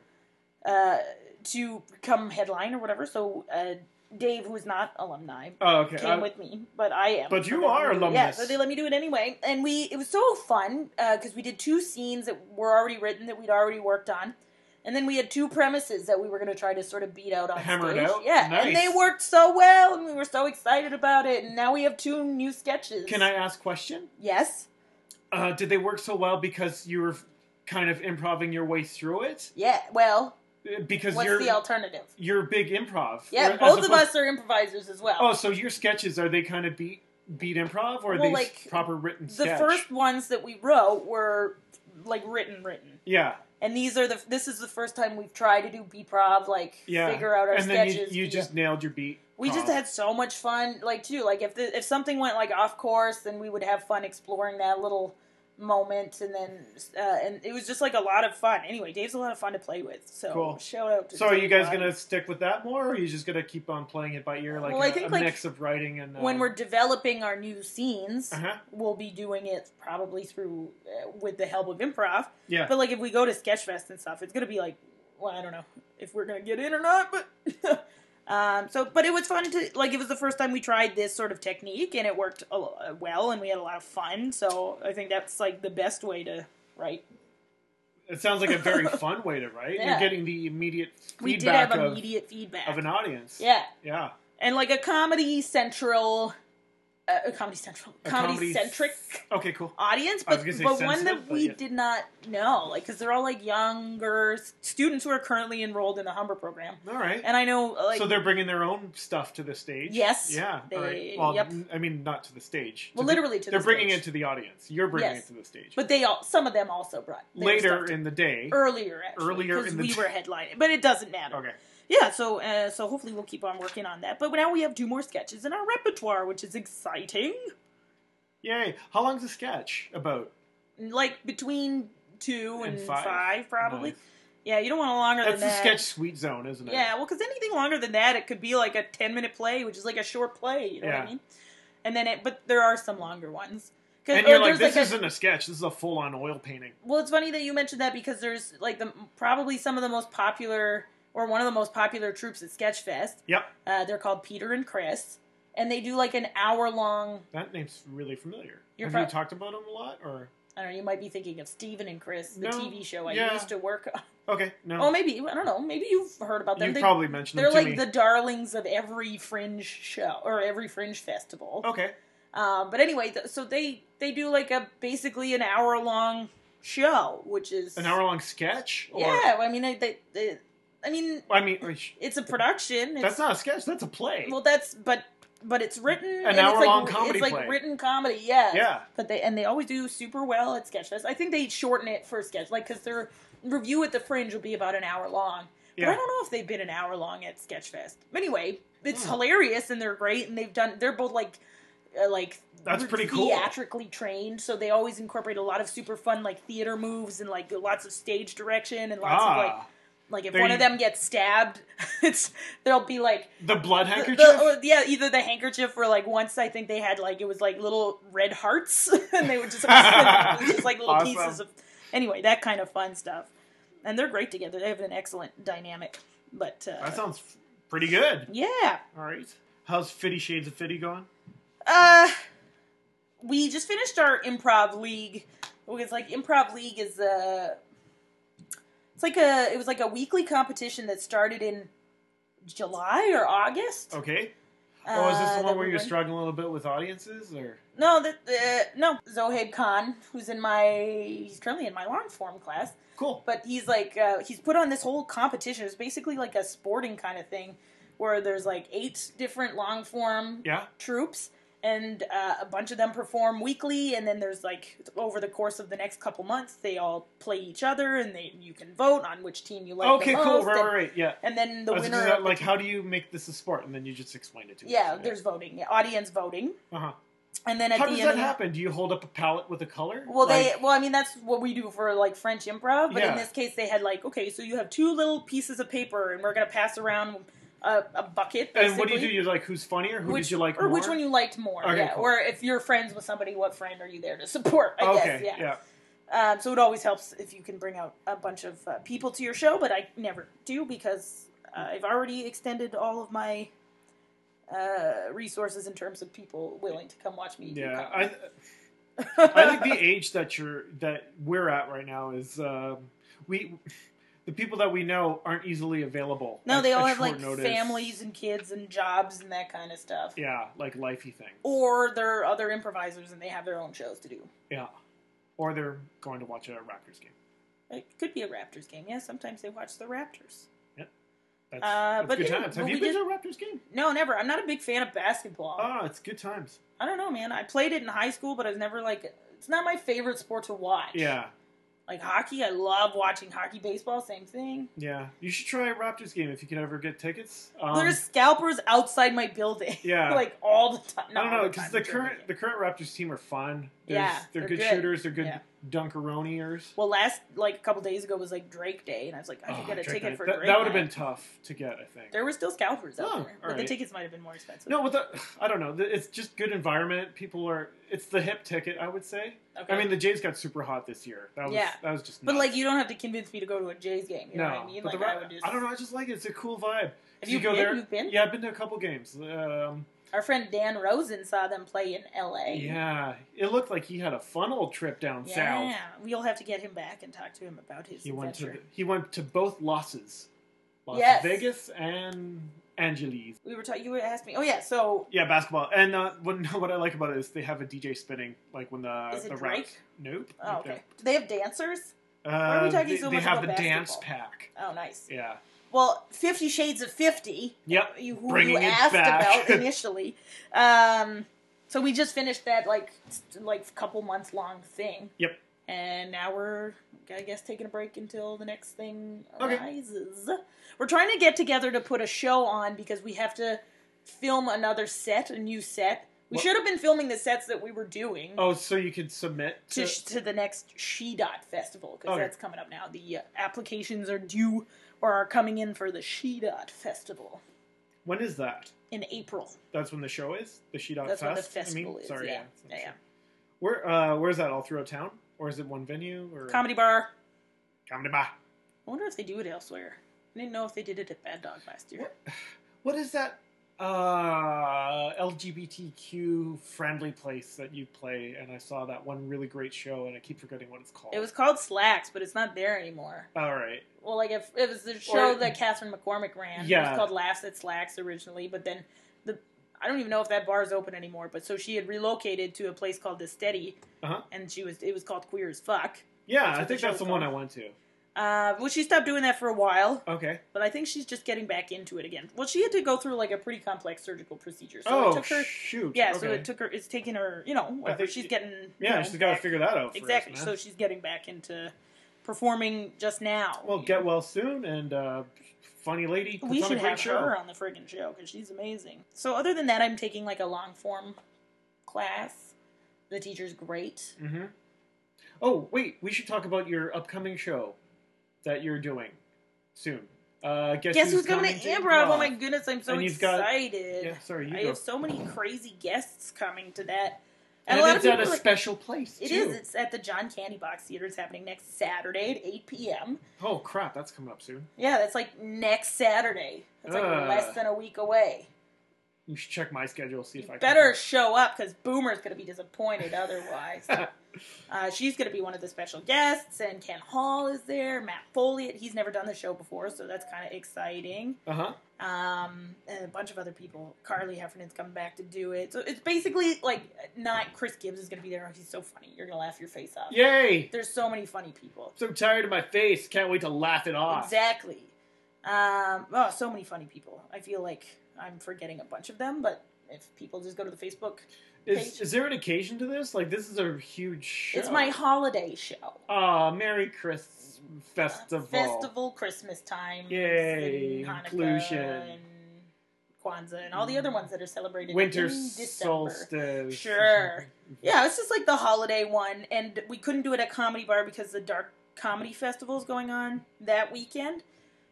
S2: uh, to come headline or whatever. So uh, Dave, who is not alumni,
S1: Oh, okay.
S2: came
S1: I-
S2: with me, but I am.
S1: But
S2: So
S1: you
S2: they let
S1: are
S2: me do it. Yeah,
S1: alumnus.
S2: so they let me do it anyway, and we it was so fun because we did two scenes that were already written that we'd already worked on, and then we had two premises that we were going to try to sort of beat out on
S1: Hammer it
S2: stage.
S1: out?
S2: Yeah, and
S1: Nice.
S2: they worked so well, and we were so excited about it, and now we have two new sketches.
S1: Can I ask question?
S2: Yes,
S1: Uh, did they work so well because you were kind of improving your way through it?
S2: yeah. Well,
S1: Uh, Because
S2: what's
S1: you're
S2: the alternative?
S1: you're big improv.
S2: Yeah,
S1: As
S2: both of
S1: opposed-
S2: us are improvisers as well.
S1: Oh, so your sketches are they kind of beat beat improv or are
S2: Well,
S1: they s-
S2: like,
S1: proper written
S2: the
S1: sketch?
S2: first ones that we wrote were like written, written.
S1: yeah,
S2: And these are the. This is the first time we've tried to do B-prov, like
S1: yeah.
S2: figure out our
S1: and then
S2: sketches.
S1: you, you
S2: be-
S1: just Oh. nailed your beat.
S2: we just
S1: prov.
S2: had so much fun, like too. Like if the, if something went like off course, then we would have fun exploring that little moment, and then uh, and it was just like a lot of fun. Anyway, Dave's a lot of fun to play with. So
S1: Cool.
S2: shout out. to
S1: So are you
S2: Dave
S1: guys
S2: Ryan.
S1: gonna stick with that more, or are you just gonna keep on playing it by ear, like
S2: Well,
S1: a,
S2: I think,
S1: a
S2: like,
S1: mix of writing and uh,
S2: when we're developing our new scenes,
S1: uh-huh.
S2: we'll be doing it probably through uh, with the help of improv.
S1: yeah.
S2: But like if we go to Sketchfest and stuff, it's gonna be like, well, I don't know if we're gonna get in or not, but um, so but it was fun to like it was the first time we tried this sort of technique and it worked a lo- uh, well and we had a lot of fun. So I think that's like the best way to write.
S1: It sounds like a very fun way to write. You're
S2: Yeah.
S1: getting the immediate
S2: We did have
S1: feedback of,
S2: immediate feedback.
S1: of an audience.
S2: yeah,
S1: Yeah.
S2: and like a comedy central uh, Comedy Central,
S1: A
S2: Comedy
S1: comedy-
S2: Centric
S1: Okay, cool.
S2: audience,
S1: I was
S2: but
S1: gonna say
S2: but one
S1: sensitive,
S2: that
S1: but
S2: we
S1: yeah.
S2: did not know, like because they're all like younger s- students who are currently enrolled in the Humber program,
S1: All right.
S2: and I know like
S1: so they're bringing their own stuff to the stage.
S2: Yes,
S1: Yeah. all
S2: they-
S1: right. Well,
S2: yep.
S1: n- I mean, not to the stage.
S2: well
S1: To the-
S2: literally to
S1: they're
S2: the
S1: bringing
S2: stage.
S1: it to the audience. You're bringing
S2: Yes.
S1: it to the stage.
S2: but they all some of them also brought their
S1: later
S2: stuff to-
S1: in the day.
S2: earlier actually,
S1: earlier
S2: because
S1: in the
S2: we
S1: day.
S2: were headlining, but it doesn't matter.
S1: okay.
S2: Yeah, so uh, so hopefully we'll keep on working on that. But now we have two more sketches in our repertoire, which is exciting.
S1: Yay! How long's a sketch about?
S2: Like between two and,
S1: And
S2: five.
S1: five.
S2: probably.
S1: Nice.
S2: Yeah, you don't want it longer
S1: That's
S2: than
S1: the
S2: that.
S1: sketch sweet zone, isn't it?
S2: Yeah, well, because anything longer than that, it could be like a ten-minute play, which is like a short play. You know what I
S1: Yeah.
S2: mean? And then it, but there are some longer ones. 'Cause-
S1: And
S2: or
S1: you're like,
S2: there's,
S1: this
S2: a-
S1: isn't a sketch. This is a full-on oil painting.
S2: Well, it's funny that you mentioned that because there's like the probably some of the most popular or one of the most popular troops at Sketchfest.
S1: Yep.
S2: Uh, they're called Peter and Chris, and they do like an hour long.
S1: That name's really familiar.
S2: You're
S1: Have
S2: prob-
S1: you talked about him a lot, or
S2: I don't know. You might be thinking of Steven and Chris, the
S1: No,
S2: TV show I
S1: yeah.
S2: used to work on.
S1: okay? No,
S2: Oh, maybe I don't know. Maybe you've heard about them.
S1: you
S2: They,
S1: probably mentioned
S2: they're
S1: him to
S2: like
S1: me.
S2: the darlings of every fringe show or every fringe festival.
S1: okay,
S2: Um, but anyway, th- so they they do like a basically an hour long show, which is
S1: an hour-long sketch. Or,
S2: Yeah, I mean, I, they, they, I mean,
S1: I mean, oh, sh-
S2: it's a production. It's,
S1: that's not a sketch. That's a play.
S2: well, that's but but it's written and it's
S1: hour-long
S2: like,
S1: comedy
S2: It's like
S1: play.
S2: written comedy, yeah.
S1: yeah.
S2: But they and they always do super well at Sketchfest. I think they shorten it for Sketch, like because their review at the Fringe will be about an hour long. But I
S1: Yeah.
S2: don't know if they've been an hour long at Sketchfest. Anyway, it's
S1: Hmm.
S2: hilarious and they're great and they've done. They're both like, uh, like
S1: That's
S2: re-
S1: pretty cool.
S2: Theatrically trained, so they always incorporate a lot of super fun like theater moves and like lots of stage direction and lots of like
S1: Ah,
S2: like if
S1: There
S2: one
S1: you-
S2: of them gets stabbed, it's there'll be like
S1: the blood
S2: the-
S1: handkerchief.
S2: the- or, yeah, either the handkerchief or like once I think they had like it was like little red hearts, and they would just, it was just like little
S1: Awesome.
S2: pieces of. Anyway, that kind of fun stuff, and they're great together. They have an excellent dynamic, but uh,
S1: that sounds f- pretty good.
S2: yeah,
S1: All right. How's Fifty Shades of Fifty going?
S2: uh, we just finished our improv league. It's like improv league is uh it's like a it was like a weekly competition that started in July or August.
S1: Okay. oh, is this
S2: uh,
S1: the
S2: that
S1: one where
S2: we
S1: you're
S2: went-
S1: struggling a little bit with audiences, or
S2: No, that uh, no Zohaib Khan, who's in my he's currently in my long form class,
S1: cool?
S2: but he's like uh, he's put on this whole competition. It's basically like a sporting kind of thing where there's like eight different long form
S1: Yeah.
S2: troops and uh, a bunch of them perform weekly and then there's like over the course of the next couple months they all play each other and they you can vote on which team you like
S1: Okay.
S2: the
S1: Cool.
S2: most
S1: Right.
S2: and,
S1: Right. Right. Yeah.
S2: and then the
S1: I was
S2: winner
S1: just
S2: of
S1: at,
S2: the
S1: like,
S2: team-
S1: how do you make this a sport? And then you just explained it to
S2: yeah
S1: us.
S2: there's voting yeah, audience voting
S1: Uh-huh.
S2: and then at
S1: How
S2: the
S1: does
S2: end
S1: that
S2: of the-
S1: happen? Do you hold up a palette with a color?
S2: Well,
S1: Like-
S2: they well, I mean, that's what we do for like French improv. But in
S1: Yeah.
S2: this case, they had like, okay, so you have two little pieces of paper, and we're gonna pass around a, a bucket. Basically,
S1: And what do you do? You're like, who's funnier? Who
S2: which,
S1: did you like
S2: or
S1: more?
S2: which one you liked more?
S1: Okay,
S2: yeah.
S1: cool.
S2: Or if you're friends with somebody, what friend are you there to support? I
S1: okay,
S2: guess. Yeah. Um, so it always helps if you can bring out a bunch of uh, people to your show, but I never do because uh, I've already extended all of my uh, resources in terms of people willing to come watch me. do
S1: yeah.
S2: comedy.
S1: I, I think the age that you're that we're at right now is um, we the people that we know aren't easily available.
S2: No,
S1: at-
S2: they all
S1: at
S2: have
S1: short
S2: like
S1: notice.
S2: families and kids and jobs and that kind of stuff.
S1: Yeah, like lifey things.
S2: Or they're other improvisers and they have their own shows to do.
S1: yeah, or they're going to watch a Raptors game.
S2: It could be a Raptors game. Yeah, sometimes they watch the Raptors.
S1: That's,
S2: Uh,
S1: that's
S2: but
S1: good
S2: yeah,
S1: times.
S2: but
S1: Have you
S2: we
S1: been
S2: did-
S1: to a Raptors game?
S2: No, never. I'm not a big fan of basketball.
S1: Oh, it's good times.
S2: I don't know, man. I played it in high school, but I was never like it's not my favorite sport to watch.
S1: Yeah,
S2: Like hockey, I love watching hockey, baseball, same thing.
S1: yeah. You should try a Raptors game if you can ever get tickets. Um,
S2: There's scalpers outside my building.
S1: Yeah.
S2: like all the time.
S1: I
S2: Not
S1: don't
S2: all
S1: know
S2: the
S1: because
S2: time,
S1: the
S2: but during
S1: current
S2: game.
S1: the current Raptors team are fun. There's,
S2: Yeah,
S1: they're,
S2: they're
S1: good,
S2: good.
S1: shooters. They're good
S2: Yeah.
S1: dunkeroniers.
S2: Well, last like a couple days ago was like Drake Day, and I was like, I could
S1: Oh,
S2: get a
S1: Drake
S2: ticket
S1: Knight.
S2: for
S1: that,
S2: Drake.
S1: that would have
S2: Night.
S1: been tough to get. I think.
S2: There were still scalpers out
S1: Oh,
S2: there, but the
S1: alright.
S2: tickets might have been more expensive.
S1: no, but the, I don't know. The- It's just good environment. People are. It's the hip ticket, I would say.
S2: okay.
S1: I mean, the Jays got super hot this year. That was
S2: Yeah.
S1: that was just.
S2: but
S1: nuts.
S2: like, you don't have to convince me to go to a Jays game. You
S1: no,
S2: know what I mean?
S1: but
S2: Like,
S1: the, Ra-
S2: I would just.
S1: I don't know. I just like it. It's a cool vibe.
S2: Have
S1: You
S2: you
S1: go
S2: been?
S1: there-
S2: You've been?
S1: Yeah, I've been to a couple games. Um,
S2: Our friend Dan Rosen saw them play in L.A.
S1: yeah, it looked like he had a fun old trip down
S2: Yeah.
S1: south.
S2: We'll have to get him back and talk to him about his
S1: He went to
S2: adventure.
S1: the, he went to both losses, Las
S2: Yes.
S1: Vegas and and Angeles.
S2: We were talking. You were asking me. Oh yeah. So
S1: Yeah, basketball. And uh, what what I like about it is they have a DJ spinning, like when the
S2: Is it
S1: the
S2: Drake?
S1: raps- Nope.
S2: oh, okay. Do they have dancers?
S1: Uh,
S2: are we talking
S1: they,
S2: so
S1: they
S2: much
S1: have
S2: about
S1: the dance
S2: basketball?
S1: pack.
S2: Oh, nice.
S1: Yeah.
S2: Well, Fifty Shades of Fifty.
S1: Yep.
S2: you who
S1: Bringing
S2: you
S1: it
S2: asked
S1: back.
S2: about initially. Um, so we just finished that like st- like couple months long thing.
S1: Yep.
S2: And now we're I guess taking a break until the next thing
S1: Okay.
S2: arises. We're trying to get together to put a show on because we have to film another set, a new set. We
S1: What-
S2: should have been filming the sets that we were doing
S1: Oh, so you could submit
S2: to,
S1: to.
S2: sh- to the next She Dot Festival because
S1: Okay.
S2: that's coming up now. The uh, applications are due or are coming in for the She Dot Festival
S1: when is that?
S2: in April.
S1: That's when the show is. The She Dog
S2: That's
S1: Fest.
S2: when the
S1: I
S2: festival
S1: mean,
S2: is.
S1: sorry.
S2: yeah,
S1: it's
S2: yeah.
S1: not sure. Where uh, where's that? All throughout town, or is it one venue? Or
S2: yeah. Comedy bar.
S1: Comedy Bar.
S2: I wonder if they do it elsewhere. I didn't know if they did it at Bad Dog last year.
S1: What is that? Uh, LGBTQ friendly place that you play, and I saw that one really great show, and I keep forgetting what it's called.
S2: It was called Slacks, but it's not there anymore.
S1: all right.
S2: Well, like if it was the show
S1: Or-
S2: that Catherine McCormick ran. It
S1: Yeah.
S2: was called Laughs at Slacks originally, but then the I don't even know if that bar is open anymore. But so she had relocated to a place called The Steady,
S1: Uh-huh.
S2: and she was it was called Queer as Fuck.
S1: Yeah,
S2: That's
S1: I
S2: what
S1: think
S2: the
S1: that's
S2: show's
S1: the one I
S2: called.
S1: went to.
S2: Uh, well, she stopped doing that for a while,
S1: Okay.
S2: but I think she's just getting back into it again. Well, she had to go through like a pretty complex surgical procedure, so
S1: oh
S2: it took her
S1: shoot!
S2: Yeah,
S1: okay.
S2: so it took her. It's taking her. You know, whatever.
S1: think-
S2: she's getting. you
S1: Yeah,
S2: know,
S1: she's got to
S2: back-
S1: figure that out. first,
S2: Exactly.
S1: man.
S2: so she's getting back into performing just now.
S1: well, get well soon, and uh, funny lady. Puts
S2: We
S1: on a
S2: should
S1: great
S2: have
S1: show.
S2: her on the friggin' show because she's amazing. So other than that, I'm taking like a long form class. The teacher's great.
S1: hmm Oh wait, we should talk about your upcoming show that you're doing soon. Uh, guess,
S2: Guess who's coming to Improv? Oh my goodness, I'm so
S1: And you've got-
S2: excited.
S1: Yeah, sorry, you
S2: I
S1: go.
S2: have so many crazy guests coming to that.
S1: and
S2: a lot
S1: it's at
S2: of people
S1: a
S2: are like,
S1: special place.
S2: It
S1: too.
S2: is. It's at the John Candy Box Theater. It's happening next Saturday at 8 p.m.
S1: Oh crap, that's coming up soon.
S2: Yeah, that's like next Saturday. That's like
S1: Ugh.
S2: less than a week away.
S1: You should check my schedule see
S2: You
S1: if I
S2: better show up because Boomer's going to be disappointed otherwise.
S1: can.
S2: uh, she's going to be one of the special guests, and Ken Hall is there. Matt Foley, he's never done the show before, so that's kind of exciting.
S1: uh huh.
S2: Um, and a bunch of other people. Carly Heffernan's coming back to do it. So it's basically like not Chris Gibbs is going to be there. oh, He's so funny. You're going to laugh your face off.
S1: Yay!
S2: There's so many funny people.
S1: So tired of my face. Can't wait to laugh it off.
S2: Exactly. Um, oh, so many funny people. I feel like I'm forgetting a bunch of them, but if people just go to the Facebook,
S1: Is, is there an occasion to this? Like this is a huge show.
S2: it's my holiday show.
S1: Ah, Merry Christmas Festival.
S2: Festival, Christmas time,
S1: Yay,
S2: and Hanukkah
S1: inclusion.
S2: and Kwanzaa, and all the other ones that are celebrated
S1: Winter
S2: in December.
S1: solstice.
S2: Sure. Yeah, it's just like the holiday one, and we couldn't do it at Comedy Bar because the Dark Comedy Festival is going on that weekend,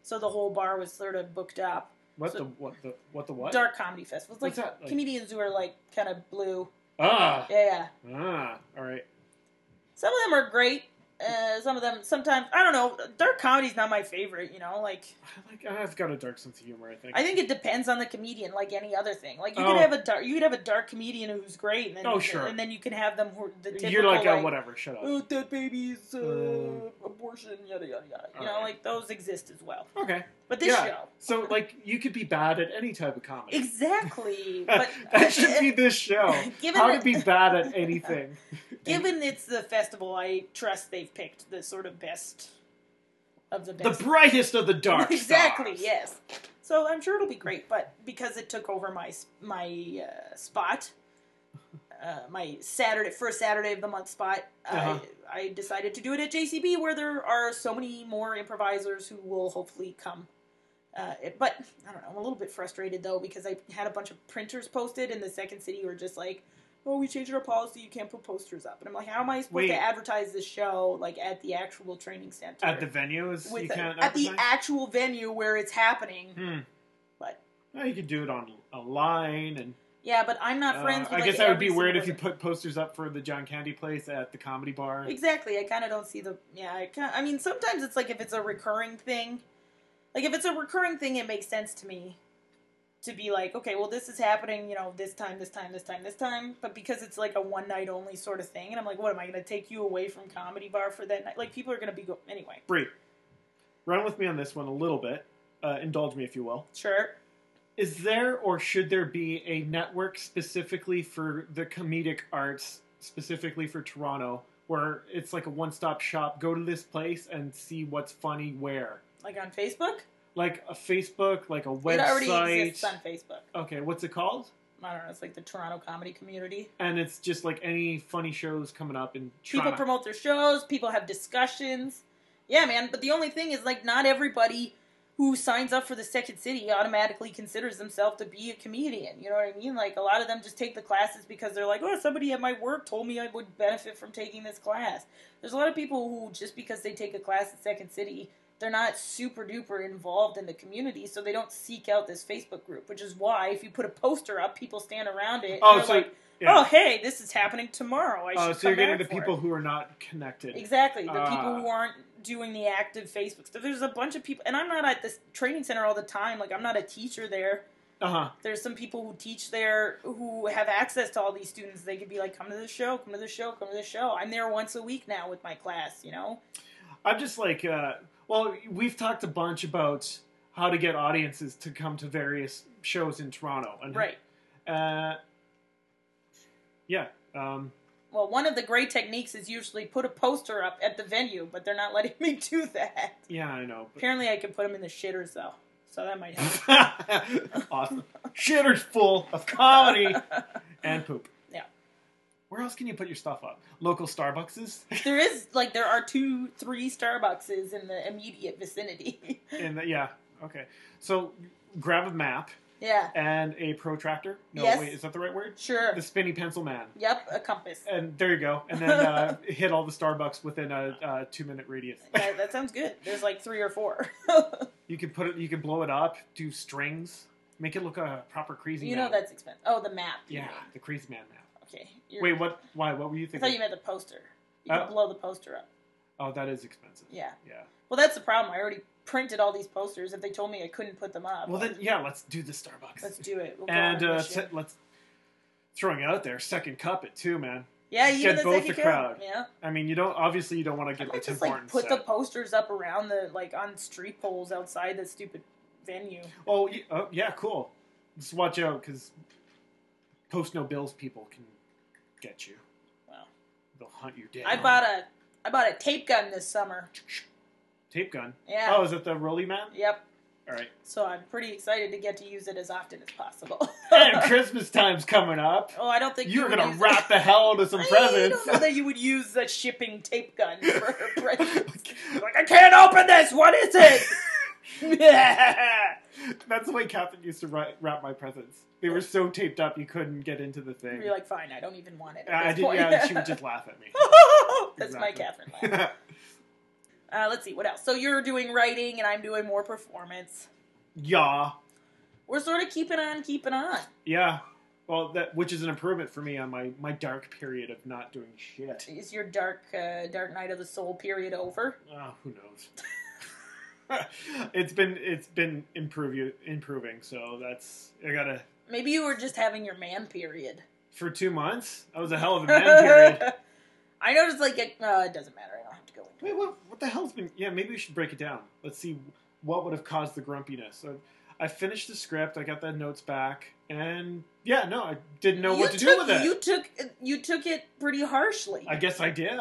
S2: so the whole bar was sort of booked up.
S1: What
S2: So-
S1: the what the what the what?
S2: dark comedy festivals. Like,
S1: What's that? Like-
S2: comedians who are like kind of blue.
S1: Ah,
S2: Yeah, yeah.
S1: ah. All right.
S2: Some of them are great. Uh, some of them sometimes I don't know. Dark comedy's not my favorite. You know, like
S1: I like I've got a dark sense of humor. I think.
S2: I think it depends on the comedian, like any other thing. Like you
S1: Oh.
S2: could have a dark, you could have a dark comedian who's great, and then
S1: Oh,
S2: you-
S1: sure.
S2: and then you can have them who are the typical
S1: you're like,
S2: like
S1: oh, whatever. Shut up.
S2: Oh, dead babies, uh,
S1: Mm.
S2: abortion, yada yada yada. You
S1: All
S2: know,
S1: right.
S2: like those exist as well.
S1: Okay.
S2: But this
S1: Yeah.
S2: show,
S1: So like, you could be bad at any type of comedy.
S2: exactly. But
S1: that should be this show.
S2: given
S1: How
S2: that-
S1: to be bad at anything.
S2: Given it's the festival, I trust they've picked the sort of best of the
S1: the
S2: best.
S1: brightest of the dark.
S2: exactly.
S1: stars.
S2: Yes. So I'm sure it'll be great, but because it took over my s- my uh, spot, uh, my Saturday first Saturday of the month spot,
S1: Uh-huh.
S2: I, I decided to do it at JCB, where there are so many more improvisers who will hopefully come. Uh, it- but I don't know. I'm a little bit frustrated though because I had a bunch of printers posted, and the second city were just like, "Oh, we changed our policy. You can't put posters up." And I'm like, "How am I supposed
S1: Wait.
S2: to advertise this show like at the actual training center?"
S1: At the venues, you
S2: with a-
S1: can't
S2: at the
S1: advertise?
S2: actual venue where it's happening.
S1: Hmm.
S2: But-
S1: Well, you could do it on a line, and
S2: Yeah, but I'm not
S1: uh,
S2: friends. With,
S1: I
S2: like,
S1: guess that would
S2: every
S1: be weird
S2: single
S1: if you
S2: person.
S1: put posters up for the John Candy place at the comedy bar.
S2: Exactly. I kind of don't see the. Yeah, I kind. I mean, sometimes it's like if it's a recurring thing, like if it's a recurring thing, it makes sense to me to be like, okay, well, this is happening, you know, this time, this time, this time, this time. But because it's like a one night only sort of thing, and I'm like, what am I going to take you away from comedy bar for that night? Like people are going to be go anyway.
S1: Bree, run with me on this one a little bit. Uh, indulge me, if you will.
S2: Sure.
S1: Is there or should there be a network specifically for the comedic arts, specifically for Toronto, where it's like a one stop shop? Go to this place and see what's funny where.
S2: Like on Facebook?
S1: Like a Facebook, like a
S2: It already
S1: website.
S2: exists on Facebook.
S1: okay, what's it called?
S2: I don't know. It's like the Toronto comedy community.
S1: And it's just like any funny shows coming up in
S2: People
S1: Toronto.
S2: promote their shows. People have discussions. Yeah, man. But the only thing is, like, not everybody who signs up for the Second City automatically considers themselves to be a comedian. You know what I mean? Like, a lot of them just take the classes because they're like, oh, somebody at my work told me I would benefit from taking this class. There's a lot of people who just because they take a class at Second City. They're not super duper involved in the community, so they don't seek out this Facebook group, which is why if you put a poster up, people stand around it. and
S1: Oh,
S2: they're
S1: so-
S2: like,
S1: yeah.
S2: oh hey this is happening tomorrow i should
S1: Uh, so you're
S2: come
S1: getting the
S2: back for
S1: people
S2: it."
S1: who are not connected.
S2: exactly the people
S1: Ah.
S2: who aren't doing the active facebook stuff there's a bunch of people and i'm not at this training center all the time like i'm not a teacher there
S1: Uh huh.
S2: there's some people who teach there who have access to all these students they could be like come to the show come to the show come to the show i'm there once a week now with my class you know
S1: I'm just like, uh, well, we've talked a bunch about how to get audiences to come to various shows in Toronto, and
S2: right
S1: uh, yeah, um,
S2: well one of the great techniques is usually put a poster up at the venue but they're not letting me do that
S1: yeah, I know. but-
S2: apparently i can put them in the shitters though so that might help
S1: awesome. Shitter's full of comedy and poop.
S2: Yeah.
S1: Where else can you put your stuff up? Local Starbuckses,
S2: There is like there are two, three Starbuckses in the immediate vicinity.
S1: and yeah, okay. So grab a map
S2: yeah,
S1: and a protractor. No,
S2: Yes.
S1: wait, is that the right word?
S2: sure.
S1: The spinny pencil man.
S2: yep, a compass.
S1: And there you go. And then uh, hit all the Starbucks within a, uh two minute radius.
S2: that, that sounds good. There's like three or four.
S1: You can put it. You can blow it up. Do strings. Make it look a proper crazy.
S2: you
S1: man.
S2: know that's expensive. Oh, the map. you
S1: Yeah,
S2: mean.
S1: the crazy man map.
S2: Okay. You're,
S1: Wait, what? Why? What were you
S2: I
S1: thinking?
S2: thought you meant the poster. You can
S1: Oh.
S2: blow the poster up.
S1: oh, that is expensive.
S2: Yeah.
S1: Yeah.
S2: Well, that's the problem. I already printed all these posters. If they told me I couldn't put them up,
S1: Well, then, yeah. Let's do the Starbucks.
S2: let's do it. We'll go
S1: and
S2: on a
S1: uh,
S2: mission.
S1: se- let's throwing it out there. Second cup it too, man.
S2: yeah, even
S1: get
S2: the
S1: both
S2: second
S1: the
S2: count.
S1: crowd.
S2: Yeah.
S1: I mean, you don't obviously you don't want to
S2: I
S1: give the
S2: might
S1: Tim
S2: just like
S1: Hortons
S2: put the
S1: set.
S2: posters up around the like on street poles outside the stupid venue.
S1: Oh, y- oh, yeah, cool. Just watch out because post no bills people can get you.
S2: Wow.
S1: They'll hunt you down.
S2: I bought a I bought a tape gun this summer.
S1: tape gun.
S2: Yeah.
S1: Oh, is it the Rolly Man?
S2: Yep.
S1: All right.
S2: So I'm pretty excited to get to use it as often as possible.
S1: And Christmas time's coming up.
S2: oh, I don't think
S1: You're
S2: you would
S1: gonna
S2: use
S1: wrap the hell out of some
S2: I
S1: presents.
S2: don't know that you would use a shipping tape gun for a present. like I can't open this. What is it?
S1: That's the way Captain used to wrap wrap my presents. They were so taped up you couldn't get into the thing.
S2: You're like, fine. I don't even want it.
S1: I- I
S2: At this
S1: did,
S2: point.
S1: yeah, and she would just laugh at me.
S2: That's my Catherine laugh.
S1: yeah,
S2: Uh, let's see what else. So you're doing writing, and I'm doing more performance.
S1: yeah.
S2: We're sort of keeping on, keeping on.
S1: Well, that which is an improvement for me on my my dark period of not doing shit.
S2: Is your dark, uh, dark night of the soul period over?
S1: Oh, who knows? it's been it's been improve, improving, so that's I gotta
S2: Maybe you were just having your man period.
S1: for two months. That was a hell of a man period.
S2: I noticed, like, it, uh, it doesn't matter. I don't have to go into
S1: Wait, what, what the hell's been? Yeah, maybe we should break it down. Let's see what would have caused the grumpiness. So I finished the script. I got the notes back, and yeah, no, I didn't know
S2: You
S1: what to
S2: took-
S1: do with it.
S2: You took you took it pretty harshly.
S1: I guess I did.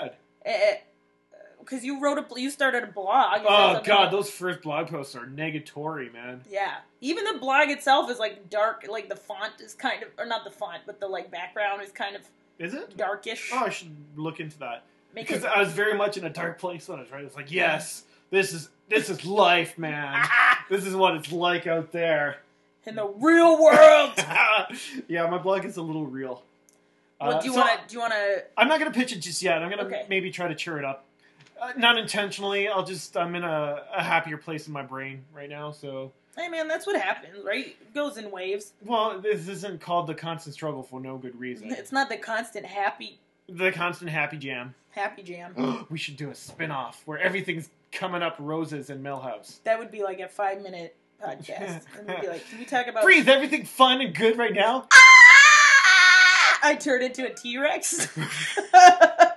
S2: Because you wrote a, bl- you started a blog. Is that
S1: Oh
S2: something
S1: god,
S2: that-
S1: those first blog posts are negatory, man.
S2: yeah. Even the blog itself is like dark. Like the font is kind of, or not the font, but the like background is kind of
S1: Is it?
S2: darkish.
S1: Oh, I should look into that
S2: Make
S1: because
S2: it.
S1: I was very much in a dark place when I was writing. It's like, yes, this is this is life, man.
S2: Ah,
S1: This is what it's like out there.
S2: in the real world.
S1: Uh, yeah, my blog is a little real.
S2: well,
S1: Uh,
S2: do you
S1: so
S2: want to? Do you want to?
S1: I'm not going to pitch it just yet. I'm going to
S2: Okay.
S1: maybe try to cheer it up. Uh, not intentionally. I'll just I'm in a, a happier place in my brain right now. So,
S2: Hey, man, that's what happens, right? It goes in waves.
S1: well, this isn't called the constant struggle for no good reason.
S2: It's not the constant happy,
S1: the constant happy jam.
S2: happy jam.
S1: we should do a spin-off where everything's coming up roses in Millhouse.
S2: That would be like a five minute podcast. And we'd be like, can we talk about?
S1: Free, is everything fun and good right now?
S2: Ah! I turned into a T Rex. that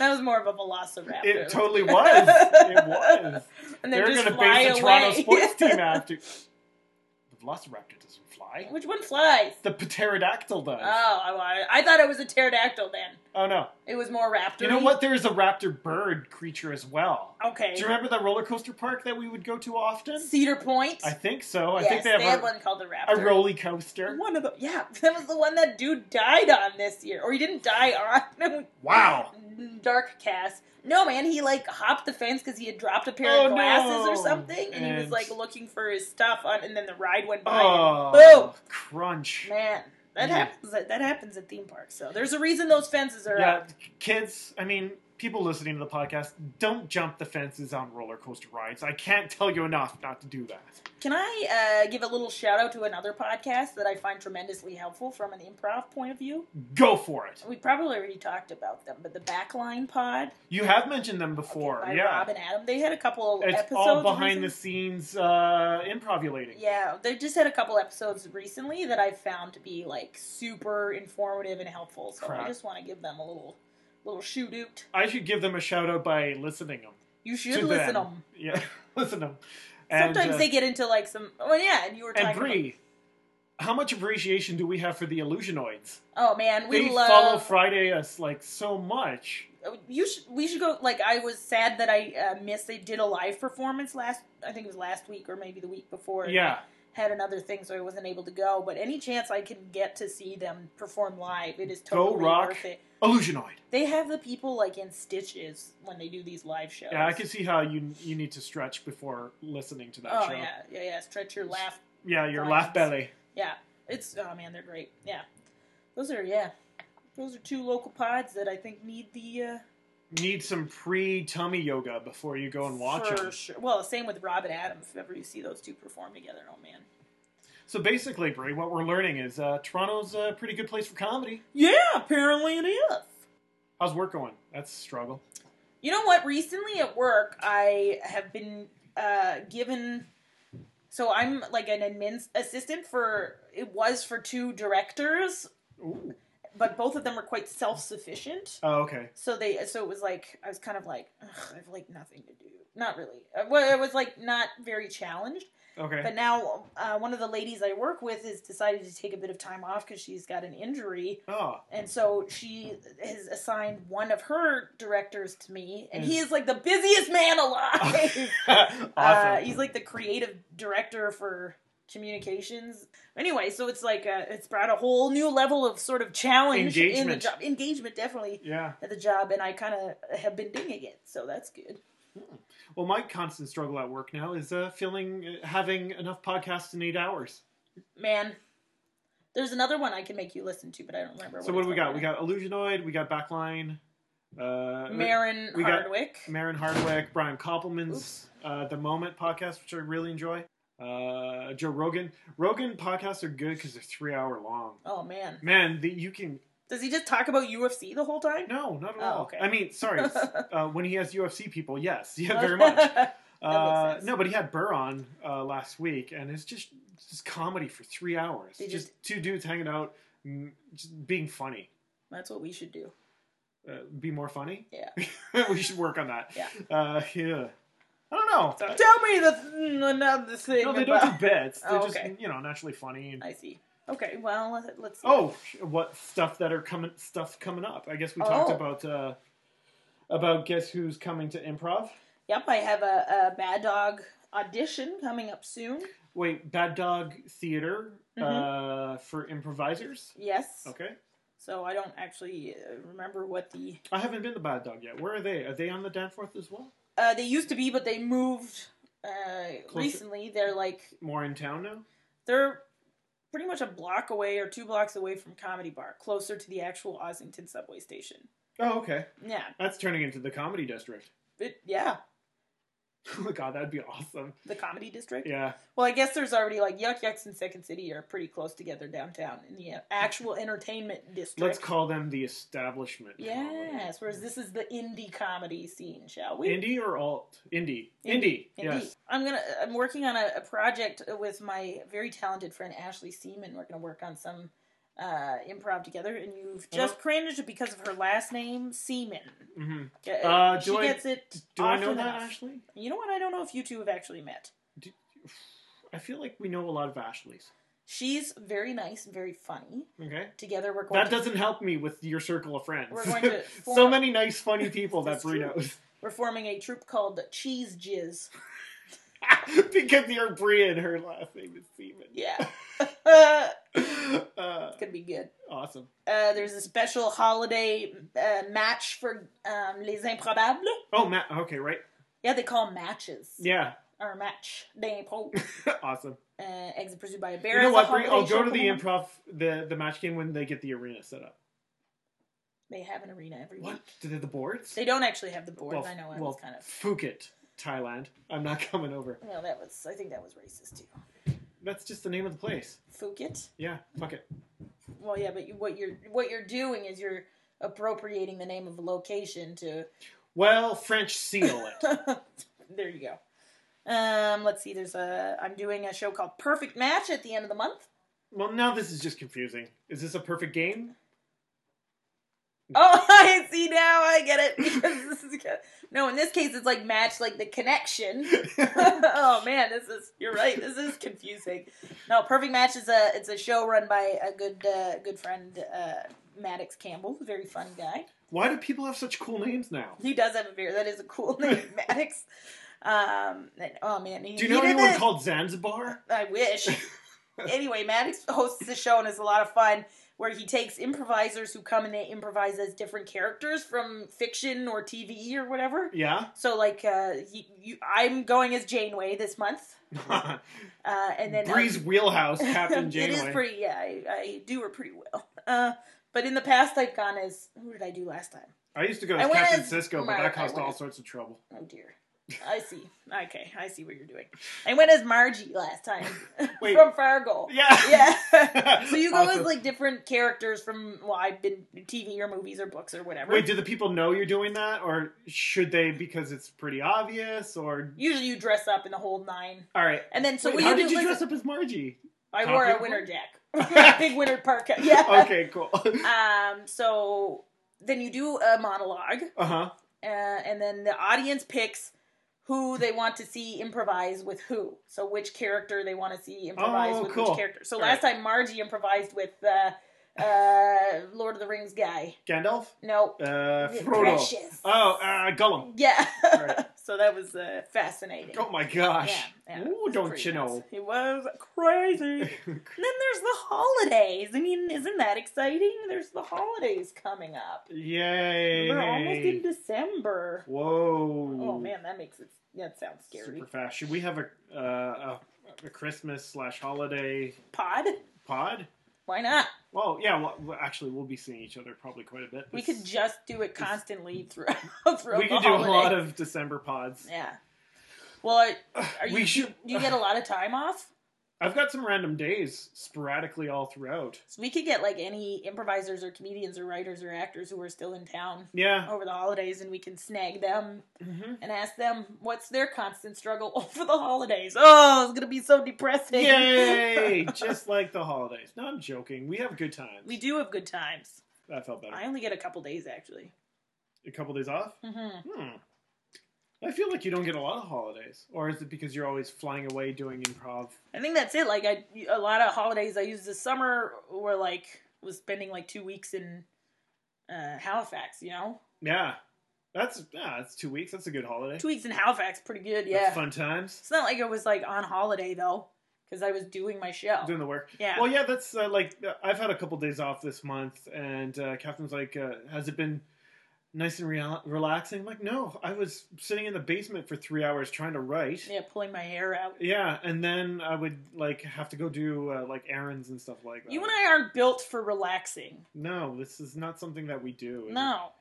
S2: was more of a Velociraptor.
S1: It totally was. It was.
S2: And then
S1: They're
S2: just
S1: going to
S2: fly
S1: base the
S2: away.
S1: Toronto sports team after. The Velociraptor doesn't fly.
S2: Which one flies?
S1: The pterodactyl does.
S2: Oh, I, wanted, I thought it was a pterodactyl then.
S1: oh no!
S2: It was more raptor.
S1: You know what? There is a raptor bird creature as well.
S2: Okay.
S1: Do you remember the roller coaster park that we would go to often?
S2: Cedar Point?
S1: I think so. I
S2: yes,
S1: think they
S2: had
S1: have a,
S2: one called the
S1: a
S2: raptor.
S1: roller coaster.
S2: One of the yeah, that was the one that dude died on this year, or he didn't die on.
S1: Wow.
S2: Dark cast. No man, he like hopped the fence because he had dropped a pair
S1: Oh,
S2: of glasses
S1: no.
S2: or something, and, he was
S1: And-
S2: like looking for his stuff, on, and then the ride went by.
S1: Oh, crunch.
S2: man, that
S1: Yeah.
S2: happens. At, that happens at theme parks. So there's a reason those fences are
S1: Yeah,
S2: up.
S1: kids. I mean, people listening to the podcast, don't jump the fences on roller coaster rides. I can't tell you enough not to do that.
S2: Can I uh, give a little shout out to another podcast that I find tremendously helpful from an improv point of view?
S1: Go for it.
S2: We probably already talked about them, but the Backline Pod
S1: You have mentioned them before.
S2: by
S1: yeah.
S2: Rob and Adam, they had a couple of
S1: it's
S2: episodes.
S1: all behind
S2: recently.
S1: the scenes uh improvulating.
S2: Yeah, they just had a couple episodes recently that I found to be like super informative and helpful. So
S1: Crap.
S2: I just want to give them a little little shoot out.
S1: I should give them a shout out by listening them.
S2: You should listen to them.
S1: Yeah, listen to them. And,
S2: Sometimes
S1: uh,
S2: they get into like some. Oh yeah, and you were talking.
S1: and Bree, how much appreciation do we have for the Illusionoids?
S2: about, oh man, we
S1: they
S2: love.
S1: follow Friday us like so much.
S2: you should. We should go. Like I was sad that I uh, missed. They did a live performance last. I think it was last week or maybe the week before. and
S1: Yeah,
S2: Had another thing, so I wasn't able to go. But any chance I can get to see them perform live, it is
S1: Go
S2: totally
S1: rock.
S2: worth it.
S1: Illusionoid.
S2: They have the people like in stitches when they do these live shows.
S1: Yeah, I can see how you you need to stretch before listening to that
S2: Oh
S1: show.
S2: yeah, yeah, yeah. Stretch your laugh.
S1: Yeah, your
S2: Lines.
S1: laugh belly.
S2: Yeah, it's oh man, they're great. Yeah, those are yeah, those are two local pods that I think need the uh,
S1: Need some pre tummy yoga before you go and watch
S2: for
S1: them.
S2: Sure. Well, same with Rob and Adam. If ever you see those two perform together, oh man.
S1: So basically, Brie, what we're learning is uh, Toronto's a pretty good place for comedy.
S2: Yeah, apparently it is.
S1: How's work going? That's a struggle.
S2: You know what? Recently at work, I have been uh, given. So I'm like an admin assistant for. It was for two directors,
S1: Ooh.
S2: but both of them are quite self-sufficient.
S1: Oh, okay.
S2: so they so it was like i was kind of like Ugh, i have like nothing to do not really Uh, well it was like not very challenged
S1: Okay.
S2: but now uh, one of the ladies i work with has decided to take a bit of time off because she's got an injury
S1: oh,
S2: and so she has assigned one of her directors to me and he
S1: Yes.
S2: is like the busiest man alive
S1: awesome.
S2: uh, he's like the creative director for communications. Anyway, so it's like uh it's brought a whole new level of sort of challenge in the
S1: Engagement.
S2: job. Engagement, definitely
S1: yeah.
S2: at the job, and I kind of have been doing it, so that's good.
S1: Well, my constant struggle at work now is uh, feeling having enough podcasts in eight hours.
S2: Man, there's another one I can make you listen to, but I don't remember.
S1: So what
S2: it's
S1: do we got?
S2: called.
S1: We got Illusionoid. We got Backline. Uh,
S2: Marin
S1: we got-
S2: Hardwick.
S1: Marin Hardwick, Brian Koppelman's uh, The Moment podcast, which I really enjoy. Uh, Joe Rogan. Rogan podcasts are good because they're three hour long.
S2: oh man,
S1: Man, the, you can
S2: does he just talk about UFC the whole time?
S1: no, not at
S2: Oh,
S1: all.
S2: okay.
S1: I mean, sorry. uh, when he has UFC people, yes, yeah, very much. Uh,
S2: sense.
S1: no, but he had Burr on uh, last week, and it's just it's just comedy for three hours.
S2: They
S1: Just, two dudes hanging out, mm, just being funny.
S2: that's what we should do.
S1: Uh, be more funny.
S2: Yeah.
S1: we should work on that.
S2: Yeah.
S1: Uh, yeah. I don't know. Uh,
S2: So tell me the th- another thing.
S1: No, they
S2: about-
S1: don't do bits. They're
S2: Oh,
S1: just
S2: okay.
S1: you know naturally funny. And,
S2: I see. Okay, well let- let's.
S1: oh, what stuff that are coming stuff coming up? I guess we talked
S2: Oh.
S1: about uh, about guess who's coming to improv.
S2: Yep, I have a, a Bad Dog audition coming up soon.
S1: Wait, Bad Dog Theater
S2: Mm-hmm.
S1: uh, for improvisers.
S2: Yes.
S1: Okay,
S2: So I don't actually uh, remember what the
S1: I haven't been to Bad Dog yet. Where are they? Are they on the Danforth as well?
S2: uh, they used to be, but they moved uh,
S1: Closer.
S2: recently. They're like
S1: More in town now.
S2: they're pretty much a block away or two blocks away from Comedy Bar, closer to the actual Ossington subway station.
S1: Oh, okay.
S2: Yeah,
S1: That's turning into the comedy district.
S2: it, yeah,
S1: Oh my god, that'd be awesome.
S2: the Comedy District.
S1: Yeah.
S2: Well, I guess there's already like Yuck Yucks and Second City are pretty close together downtown in the uh, actual entertainment district.
S1: Let's call them the establishment.
S2: Yes, whereas this is the indie comedy scene, shall we?
S1: Indie or alt? Indie. Indie.
S2: Indie.
S1: Yes.
S2: I'm gonna. I'm working on a, a project with my very talented friend Ashley Seaman. We're gonna work on some uh, improv together, and
S1: Uh-huh.
S2: you've just cringed because of her last name, Seaman.
S1: Mm-hmm.
S2: Uh,
S1: Uh,
S2: she
S1: do I-
S2: gets it.
S1: Do I
S2: often
S1: know that,
S2: enough.
S1: Ashley?
S2: You know what? I don't know if you two have actually met.
S1: I feel like we know a lot of Ashleys.
S2: She's very nice, very funny.
S1: Okay.
S2: Together we're going
S1: That
S2: to,
S1: doesn't help me with your circle of friends.
S2: We're going to
S1: so
S2: form-
S1: many nice, funny people that
S2: That's
S1: Brie
S2: true.
S1: knows.
S2: we're forming a troupe called Cheese Jizz.
S1: because you're Brie and her last name is Seaman.
S2: Yeah. it's
S1: Uh,
S2: gonna be good.
S1: awesome.
S2: Uh, there's a special holiday uh, match for um, Les Improbables.
S1: Oh, Matt. Okay, right.
S2: Yeah, they call 'em matches.
S1: Yeah.
S2: Or match d'impro.
S1: awesome.
S2: uh, exit pursued by a bear.
S1: You know
S2: is
S1: what,
S2: a
S1: Brie?
S2: holiday
S1: I'll go
S2: show
S1: to the
S2: phenomenon.
S1: improv, the, the match game when they get the arena set up.
S2: They have an arena every
S1: What?
S2: week.
S1: Do they have the boards?
S2: They don't actually have the boards.
S1: well,
S2: I know. I
S1: well,
S2: was kind of.
S1: Phuket, Thailand. I'm not coming over.
S2: No, that was. I think that was racist too.
S1: That's just the name of the place.
S2: Phuket.
S1: Yeah, fuck it.
S2: Well, yeah, but you, what you're what you're doing is you're appropriating the name of a location to.
S1: Well, French seal it.
S2: there you go. Um, let's see. There's a. I'm doing a show called Perfect Match at the end of the month.
S1: well, now this is just confusing. Is this a perfect game?
S2: Oh, I see now. I get it. Because this is good. No, in this case, it's like match like the connection. oh man, this is you're right. This is confusing. No, perfect match is a it's a show run by a good uh, good friend uh, Maddox Campbell, very fun guy.
S1: Why do people have such cool names now?
S2: He does have a beard. That is a cool name, Maddox. Um, and- oh man, he,
S1: Do you know
S2: he did
S1: anyone
S2: the-
S1: called Zanzibar?
S2: I wish. anyway, Maddox hosts the show and it's a lot of fun where he takes improvisers who come and they improvise as different characters from fiction or TV or whatever.
S1: Yeah.
S2: So like, uh, he, you, I'm going as Janeway this month, uh, and then
S1: Bree's wheelhouse, Captain
S2: it is
S1: Janeway.
S2: pretty. Yeah, I, I do her pretty well. Uh, but in the past, I've gone as who did I do last time?
S1: I used to go
S2: I
S1: as
S2: went
S1: Captain
S2: as
S1: Cisco, but
S2: Mark,
S1: that
S2: I
S1: caused
S2: went
S1: all
S2: as-
S1: sorts of trouble.
S2: Oh dear. I see. Okay, I see what you're doing. I went as Margie last time
S1: Wait.
S2: from Fargo.
S1: Yeah.
S2: Yeah. so you go
S1: Awesome.
S2: as like different characters from well, I've been TV or movies or books or whatever.
S1: Wait, do the people know you're doing that, or should they because it's pretty obvious? Or
S2: Usually you dress up in the whole nine,
S1: all right,
S2: and then so
S1: Wait,
S2: what
S1: how
S2: you
S1: did
S2: do?
S1: you
S2: listen,
S1: dress up as Margie?
S2: I wore a
S1: Copy?
S2: winter jack, big winter parka. Yeah.
S1: Okay, cool.
S2: Um. So then you do a monologue,
S1: Uh huh.
S2: uh, and then the audience picks who they want to see improvise with who. So which character they want to see improvise
S1: Oh,
S2: with
S1: cool.
S2: which character. So
S1: All
S2: last time Margie improvised with uh, uh, Lord of the Rings guy.
S1: Gandalf,
S2: No,
S1: uh, Frodo.
S2: Precious.
S1: Oh, uh, Gollum.
S2: Yeah.
S1: Alright.
S2: so that was uh, fascinating.
S1: Oh my gosh.
S2: Yeah, yeah, it
S1: Ooh,
S2: was
S1: don't
S2: pretty
S1: you
S2: nuts.
S1: know?
S2: It was crazy. and then there's the holidays. I mean, isn't that exciting? There's the holidays coming up.
S1: Yay!
S2: We're almost in December.
S1: Whoa!
S2: Oh man, that makes it that sounds scary.
S1: Super fast. Should we have a uh, a, a Christmas slash holiday
S2: Pod?
S1: pod?
S2: Why not?
S1: Well, yeah. Well, well, actually, we'll be seeing each other probably quite a bit.
S2: We
S1: This-
S2: could just do it constantly throughout throughout
S1: we
S2: the
S1: could do a
S2: holiday.
S1: lot of December pods.
S2: Yeah. Well, are, are you,
S1: We should.
S2: you get a lot of time off?
S1: I've got some random days sporadically all throughout.
S2: So we could get like any improvisers or comedians or writers or actors who are still in town
S1: Yeah.
S2: over the holidays and we can snag them
S1: hmm
S2: and ask them what's their constant struggle over the holidays. Oh, it's going to be so depressing.
S1: Yay! Just like the holidays. No, I'm joking. We have good times.
S2: we do have good times.
S1: That felt better.
S2: I only get a couple days actually.
S1: A couple days off.
S2: hmm
S1: Hmm. I feel like you don't get a lot of holidays, or is it because you're always flying away doing improv?
S2: I think that's it. Like I a lot of holidays I used this summer were like was spending like 2 weeks in uh, Halifax, you know?
S1: Yeah, that's yeah, that's two weeks. That's a good holiday.
S2: 2 weeks in Halifax pretty good,
S1: That's
S2: yeah.
S1: fun times.
S2: It's not like I was like on holiday though cuz I was doing my show.
S1: Doing the work.
S2: yeah.
S1: Well, yeah, that's uh, like uh, I've had a couple days off this month, and uh, Catherine's like, uh, "Has it been nice and rela relaxing?" I'm like, no, I was sitting in the basement for three hours trying to write.
S2: Yeah, pulling my hair out.
S1: Yeah, and then I would like have to go do uh, like errands and stuff like that.
S2: You and I aren't built for relaxing.
S1: No, this is not something that we do. is
S2: No.
S1: it?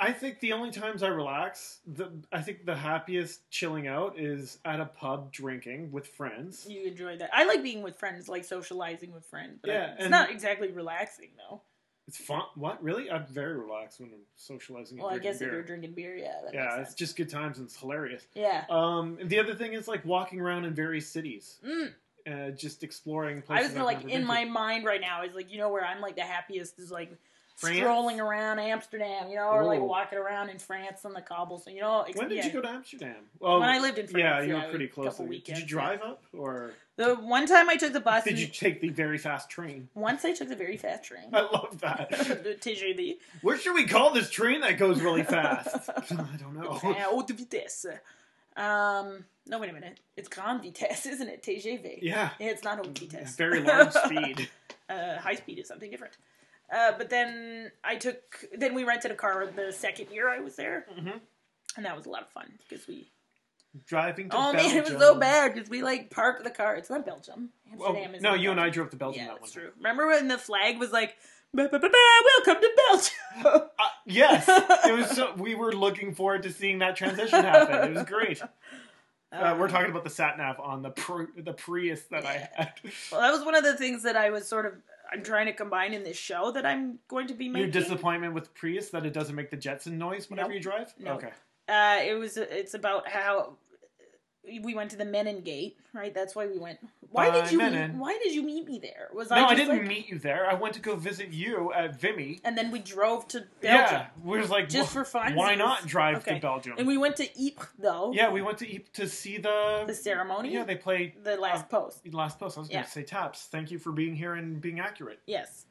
S1: I think the only times I relax, the I think the happiest chilling out is at a pub drinking with friends.
S2: You enjoy that. I like being with friends, like socializing with friends, but
S1: Yeah,
S2: it's
S1: and-
S2: not exactly relaxing though.
S1: It's fun. What really? I'm very relaxed when I'm socializing. And
S2: Well, I
S1: drinking
S2: guess
S1: beer.
S2: if you're drinking beer, yeah, that
S1: yeah,
S2: makes
S1: it's
S2: sense.
S1: just good times and it's hilarious.
S2: yeah.
S1: Um, and the other thing is like walking around in various cities,
S2: Mm.
S1: uh, just exploring
S2: I
S1: places.
S2: was gonna, like
S1: I've never
S2: in
S1: been
S2: my
S1: to.
S2: mind right now is like you know where I'm like the happiest is like
S1: France?
S2: strolling around Amsterdam, you know, or like
S1: Ooh.
S2: walking around in France on the cobbles, you know.
S1: When did
S2: yeah.
S1: you go to Amsterdam? Well,
S2: when I lived in France,
S1: yeah, you
S2: I
S1: were
S2: would-
S1: pretty close.
S2: Couple
S1: Did
S2: weekends,
S1: you drive up or
S2: yeah. The one time I took the bus,
S1: did
S2: and-
S1: you Uh, take the very fast train?
S2: once I took the very fast train.
S1: I love that.
S2: The TGV.
S1: what should we call this train that goes really fast? I don't
S2: Uh,
S1: know.
S2: haute vitesse. Um, no, wait a minute. It's grand vitesse, isn't it? TGV.
S1: Yeah, Mm,
S2: It's not haute vitesse.
S1: very large speed.
S2: uh, high speed is something different. Uh, but then I took. Then we rented a car the second year I was there,
S1: Mhm.
S2: and that was a lot of fun because we.
S1: Driving to
S2: Oh man, it was
S1: Belgium.
S2: so bad because we like parked the car. It's not Belgium.
S1: Oh,
S2: Amsterdam is
S1: no,
S2: not
S1: you and I
S2: Belgium.
S1: drove to Belgium
S2: Yeah,
S1: that one.
S2: that's
S1: time.
S2: true. Remember when the flag was like, "Ba, ba, ba, ba, "Welcome to Belgium."
S1: Uh, yes, it was. So, we were looking forward to seeing that transition happen. It was great. Uh, we're talking about the sat nav on the pr- the Prius that I had.
S2: Well, that was one of the things that I was sort of. I'm trying to combine in this show that I'm going to be
S1: Your
S2: making.
S1: disappointment with Prius that it doesn't make the Jetson noise whenever
S2: Nope.
S1: you drive.
S2: Nope.
S1: Okay.
S2: uh, it was. It's about how we went to the Menengate, right? That's why we went. Why
S1: By
S2: did you? Meet,
S1: Menin.
S2: why did you meet me there? Was
S1: No,
S2: I?
S1: I,
S2: just
S1: didn't
S2: like-
S1: meet you there. I went to go visit you at Vimy.
S2: And then we drove to Belgium,
S1: Yeah, we was like,
S2: just
S1: "Wh-
S2: for fun.
S1: why not drive
S2: Okay.
S1: to Belgium?
S2: And we went to Ypres though.
S1: yeah, we went to Ypres to see the,
S2: The ceremony.
S1: Yeah, they play
S2: the last post.
S1: last post. I was
S2: Yeah.
S1: going to say taps. Thank you for being here and being accurate.
S2: Yes.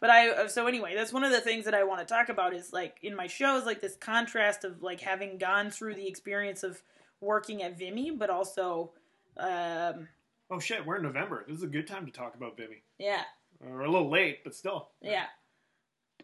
S2: But I uh, so anyway, that's one of the things that I want to talk about is like in my shows like this contrast of like having gone through the experience of working at Vimy, but also um
S1: Oh shit, we're in November. This is a good time to talk about Vimy.
S2: yeah,
S1: We're a little late, but still.
S2: yeah.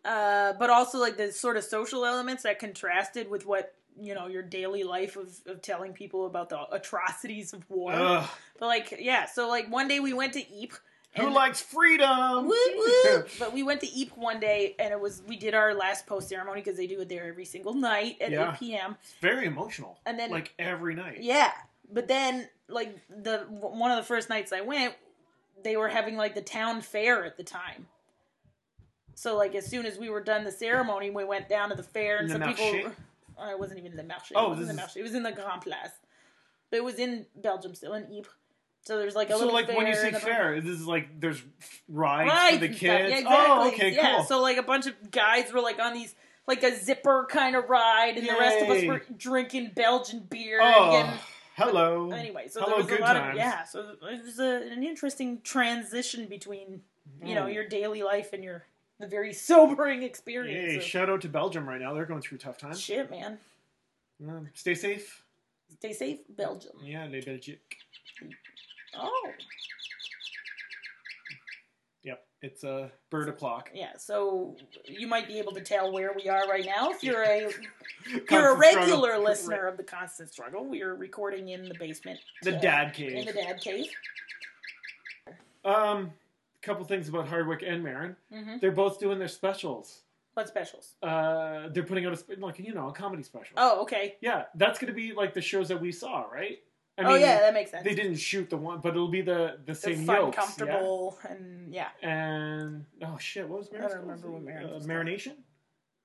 S2: Uh but also like the sort of social elements that contrasted with what, you know, your daily life of of telling people about the atrocities of war.
S1: Ugh.
S2: But like yeah, so like one day we went to Ypres
S1: Who
S2: and-
S1: likes freedom?
S2: Woot, woot. But we went to Ypres one day, and it was we did our last post ceremony because they do it there every single night at
S1: Yeah.
S2: 8 p.m.
S1: Very emotional.
S2: And then
S1: like every night.
S2: yeah, but then like the w- one of the first nights I went, they were having like the town fair at the time. So like as soon as we were done the ceremony, we went down to the fair, and
S1: Le
S2: some people.
S1: marché?
S2: Oh, it wasn't even the marché.
S1: Oh,
S2: it wasn't
S1: this
S2: the
S1: is-
S2: marché. It was in the Grand Place. But it was in Belgium still in Ypres. So there's like a
S1: so
S2: little
S1: like
S2: fair
S1: when you say
S2: and a bunch-
S1: fair, this is like there's rides for the
S2: and stuff.
S1: kids.
S2: Yeah,
S1: Oh,
S2: exactly.
S1: okay,
S2: yeah.
S1: cool.
S2: So like a bunch of guys were like on these like a zipper kind of ride, and the rest of us
S1: Yay.
S2: were drinking Belgian beer.
S1: oh,
S2: and
S1: hello.
S2: getting, anyway, so
S1: hello,
S2: there was
S1: good
S2: a lot of
S1: times.
S2: yeah. So it was a, an interesting transition between you know
S1: Mm.
S2: your daily life and your the very sobering experience.
S1: Hey,
S2: of-
S1: shout out to Belgium right now. They're going through tough times.
S2: shit, man.
S1: Um, stay safe.
S2: Stay safe, Belgium.
S1: Yeah, les Belgiques.
S2: Oh,
S1: Yep, it's a uh, bird o'clock.
S2: yeah. So you might be able to tell where we are right now if you're a you're a
S1: Constant
S2: regular
S1: struggle.
S2: listener of the Constant Struggle. We are recording in the basement
S1: The
S2: today.
S1: dad
S2: in
S1: cave.
S2: the dad cave.
S1: Um, couple things about Hardwick and Marin.
S2: Mm-hmm.
S1: They're both doing their specials.
S2: What specials?
S1: Uh, they're putting out a spe- like you know a comedy special.
S2: Oh, okay.
S1: Yeah, that's gonna be like the shows that we saw, right? I
S2: oh, yeah, that makes sense.
S1: They didn't shoot the one, but it'll be the the
S2: They're
S1: same
S2: fun,
S1: yolks, yeah?
S2: comfortable, and yeah,
S1: And oh shit, what was Marin's?
S2: I don't remember what Marin's
S1: uh,
S2: was called.
S1: Marination.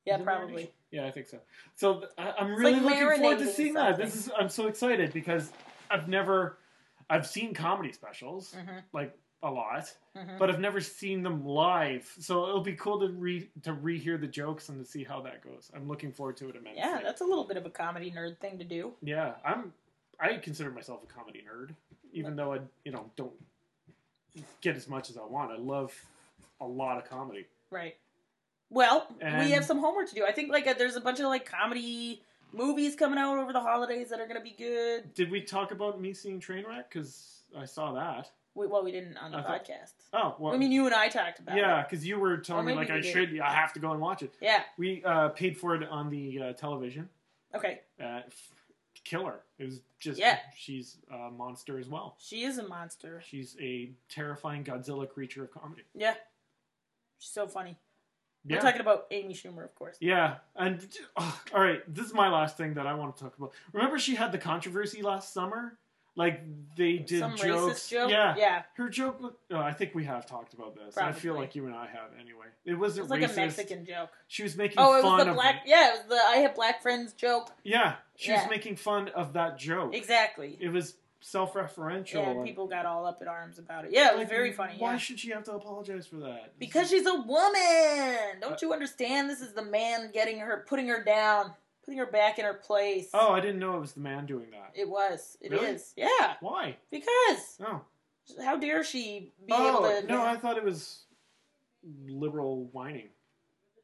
S2: yeah,
S1: Is it
S2: probably.
S1: Marination? Yeah, I think so. So th- I, I'm
S2: It's
S1: really
S2: like
S1: looking forward to
S2: marinating
S1: seeing that. This is I'm so excited because I've never I've seen comedy specials
S2: Mm-hmm,
S1: like a lot,
S2: mm-hmm.
S1: but I've never seen them live. So it'll be cool to re to rehear the jokes and to see how that goes. I'm looking forward to it immensely.
S2: Yeah, that's a little bit of a comedy nerd thing to do.
S1: Yeah, I'm. I consider myself a comedy nerd, even though I, you know, don't get as much as I want. I love a lot of comedy.
S2: Right. Well, we
S1: And-
S2: have some homework to do. I think like uh, there's a bunch of like comedy movies coming out over the holidays that are gonna be good.
S1: Did we talk about me seeing Trainwreck? Because I saw that.
S2: We, well, we didn't on the
S1: I thought-
S2: podcast.
S1: Oh well.
S2: I mean, you and I talked about
S1: yeah,
S2: it.
S1: because you were telling
S2: Or
S1: me
S2: maybe
S1: like
S2: we
S1: I
S2: did.
S1: should. I have to go and watch it.
S2: Yeah.
S1: We uh, paid for it on the uh, television.
S2: Okay.
S1: Uh, f- killer. It was just.
S2: Yeah.
S1: She's a monster as well.
S2: She is a monster.
S1: She's a terrifying Godzilla creature of comedy.
S2: Yeah. She's so funny.
S1: Yeah.
S2: We're talking about Amy Schumer, of course.
S1: Yeah, and ugh, all right, this is my last thing that I want to talk about. Remember, she had the controversy last summer, like they did
S2: Some
S1: jokes.
S2: racist joke.
S1: Yeah,
S2: Yeah.
S1: her joke. was- Oh, I think we have talked about this. I feel
S2: Probably.
S1: like you and I have anyway. It
S2: It
S1: wasn't
S2: was like
S1: racist.
S2: a Mexican joke.
S1: She was making
S2: Oh, it
S1: fun
S2: was the
S1: of
S2: black. Yeah, it was the I have black friends joke.
S1: Yeah, she
S2: Yeah.
S1: was making fun of that joke.
S2: Exactly.
S1: It was self-referential.
S2: Yeah, and
S1: and-
S2: people got all up in arms about it. Yeah, it was
S1: like,
S2: very funny.
S1: Why
S2: Yeah.
S1: should she have to apologize for that? This
S2: Because
S1: is-
S2: she's a woman. Don't you understand? This is the man getting her, putting her down, putting her back in her place.
S1: oh, I didn't know it was the man doing that.
S2: it was. It is.
S1: Really?
S2: Yeah,
S1: Why?
S2: because
S1: Oh,
S2: how dare she be
S1: oh
S2: able to?
S1: no, I thought it was liberal whining.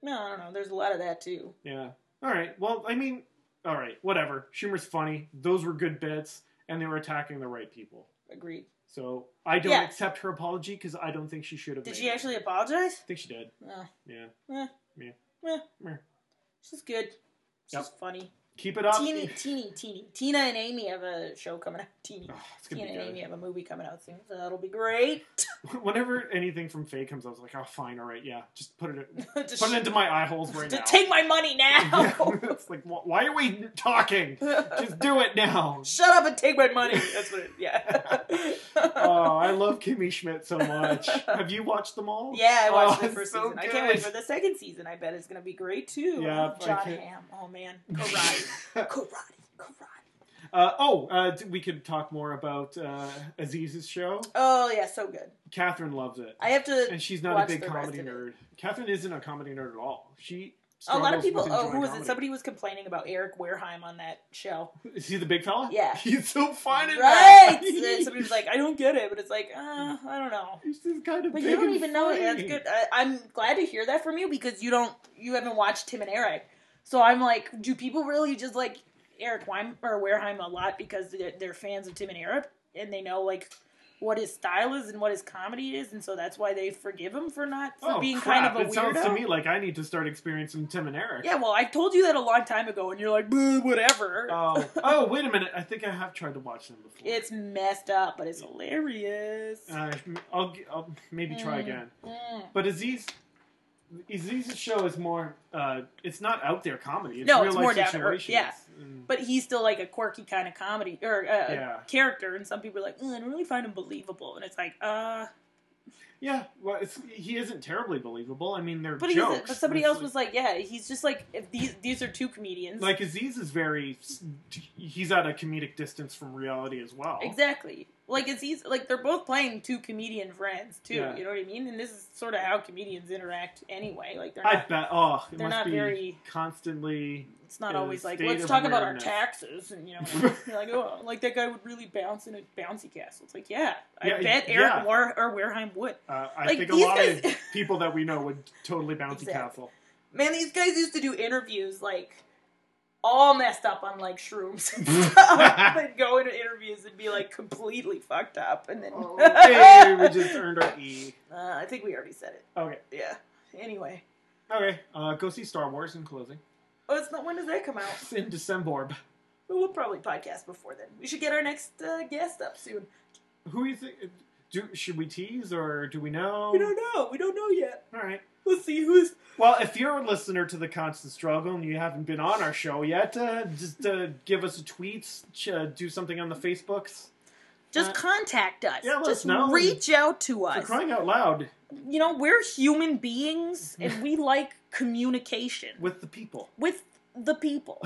S2: no, I don't know. There's a lot of that too.
S1: Yeah. All right. Well, I mean, all right. Whatever. Schumer's funny. Those were good bits, and they were attacking the right people.
S2: Agreed.
S1: So I don't
S2: Yeah.
S1: accept her apology because I don't think she should have.
S2: Did
S1: made
S2: she
S1: it.
S2: actually apologize?
S1: I think she did.
S2: No,
S1: Yeah.
S2: she's good. She's
S1: Yep.
S2: funny.
S1: Keep it up.
S2: Teeny, teeny, teeny. Tina and Amy have a show coming out. Teeny.
S1: Oh, it's gonna
S2: Tina
S1: be
S2: and Amy
S1: good.
S2: have a movie coming out soon, so that'll be great.
S1: Whenever anything from Faye comes, I was like, oh, fine, all right, yeah, just put it
S2: Just-
S1: put it into my eye holes right
S2: to
S1: now.
S2: take my money now.
S1: it's like, wh- why are we talking? Just do it now.
S2: Shut up and take my money. That's what. It, yeah.
S1: Oh, I love Kimmy Schmidt so much. Have you watched them all?
S2: yeah, I watched
S1: Oh,
S2: the first
S1: so
S2: season. I can't wait
S1: good.
S2: for the second season. I bet it's gonna be great too.
S1: Yeah,
S2: Oh,
S1: if I
S2: John
S1: could-
S2: Hamm. Oh man, karate, karate, karate.
S1: Uh, oh, uh, d- we could talk more about uh, Aziz's show.
S2: Oh yeah, so good.
S1: Catherine loves it,
S2: I have to.
S1: and she's not
S2: Watch
S1: a big
S2: the rest
S1: comedy
S2: of it.
S1: nerd. Catherine isn't a comedy nerd at all. She
S2: A lot of
S1: struggles
S2: people.
S1: with
S2: Oh,
S1: enjoying
S2: who was
S1: comedy.
S2: it? Somebody was complaining about Eric Wareheim on that show.
S1: Is he the big fella?
S2: Yeah.
S1: he's so fine in
S2: Right.
S1: that.
S2: and somebody was like, "I don't get it," but it's like, uh, I don't know.
S1: He's just kind of
S2: But
S1: big
S2: you don't
S1: and
S2: even know it. That's
S1: funny.
S2: good. I, I'm glad to hear that from you because you don't, you haven't watched Tim and Eric. So I'm like, do people really just like Eric Weim or Wareheim a lot because they're, they're fans of Tim and Eric and they know like what his style is and what his comedy is, and so that's why they forgive him for not for
S1: Oh,
S2: being
S1: crap.
S2: kind of a
S1: it
S2: weirdo.
S1: sounds to me like I need to start experiencing Tim and Eric.
S2: yeah, well, I told you that a long time ago, and you're like, "Boo, whatever.
S1: Oh, oh, wait a minute. I think I have tried to watch them before.
S2: it's messed up, but it's hilarious.
S1: Uh, I'll, gi- I'll maybe try
S2: Mm.
S1: again.
S2: Mm.
S1: But Aziz, Aziz's show is more. Uh, it's not out there comedy. It's
S2: No,
S1: real
S2: it's
S1: life
S2: more down to earth,
S1: situations. Mm.
S2: But he's still like a quirky kind of comedy or uh,
S1: yeah,
S2: character, and some people are like, mm, I don't really find him believable, and it's like, uh,
S1: yeah. Well, it's, he isn't terribly believable. I mean, they're
S2: but he's
S1: jokes.
S2: but somebody
S1: It's
S2: else
S1: like-
S2: was like, yeah, he's just like if these these are two comedians,
S1: Like Aziz is very, he's at a comedic distance from reality as well.
S2: exactly. Like it's easy, like they're both playing two comedian friends too.
S1: Yeah.
S2: You know what I mean? And this is sort of how comedians interact anyway. Like they're
S1: I
S2: not,
S1: bet. Oh, it
S2: They're
S1: must
S2: not
S1: be
S2: very-
S1: constantly.
S2: it's not
S1: in a
S2: always like
S1: state
S2: let's
S1: of
S2: talk about our
S1: awareness.
S2: taxes and you know you're like oh like that guy would really bounce in a bouncy castle. It's like yeah, I
S1: Yeah,
S2: bet
S1: yeah.
S2: Eric War or Wareheim would.
S1: Uh, I
S2: Like,
S1: think a
S2: these
S1: lot of
S2: guys-
S1: people that we know would totally bouncy
S2: Exactly.
S1: castle.
S2: Man, these guys used to do interviews like all messed up on like shrooms and stuff. They'd go into interviews and be like completely fucked up, and then
S1: Oh, hey, we just earned our E.
S2: uh, I think we already said it.
S1: Okay,
S2: Yeah. Anyway,
S1: okay. Uh, go see Star Wars in closing.
S2: oh, it's not. When does that come out?
S1: It's in December.
S2: Well, we'll probably podcast before then. We should get our next uh, guest up soon.
S1: Who you think? Do should we tease or do we know?
S2: We don't know. We don't know yet.
S1: All right.
S2: We'll see who's.
S1: Well, if you're a listener to the Constant Struggle and you haven't been on our show yet, uh, just uh, give us a tweet, ch- uh, do something on the Facebooks.
S2: Just
S1: Uh,
S2: contact us.
S1: yeah, let us
S2: Just
S1: know.
S2: reach out to
S1: For
S2: us.
S1: crying out loud,
S2: You know, we're human beings and we like communication.
S1: with the people.
S2: with the people.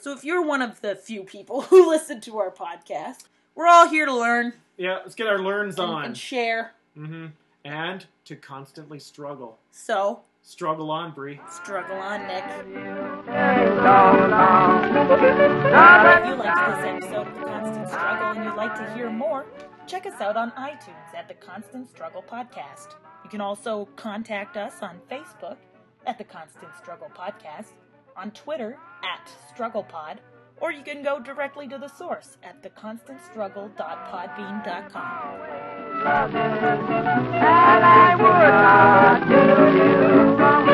S2: so if you're one of the few people who listen to our podcast, we're all here to learn
S1: Yeah, let's get our learns
S2: and,
S1: on.
S2: and share.
S1: Mm-hmm. And to constantly struggle.
S2: So
S1: Struggle on, Bree.
S2: struggle on, Nick. If you liked this
S3: Thank
S2: episode of The Constant Struggle and you'd like to hear more, check us out on iTunes at The Constant Struggle Podcast. You can also contact us on Facebook at The Constant Struggle Podcast, on Twitter at StrugglePod, or you can go directly to the source at theconstantstruggle.podbean.com.
S3: you.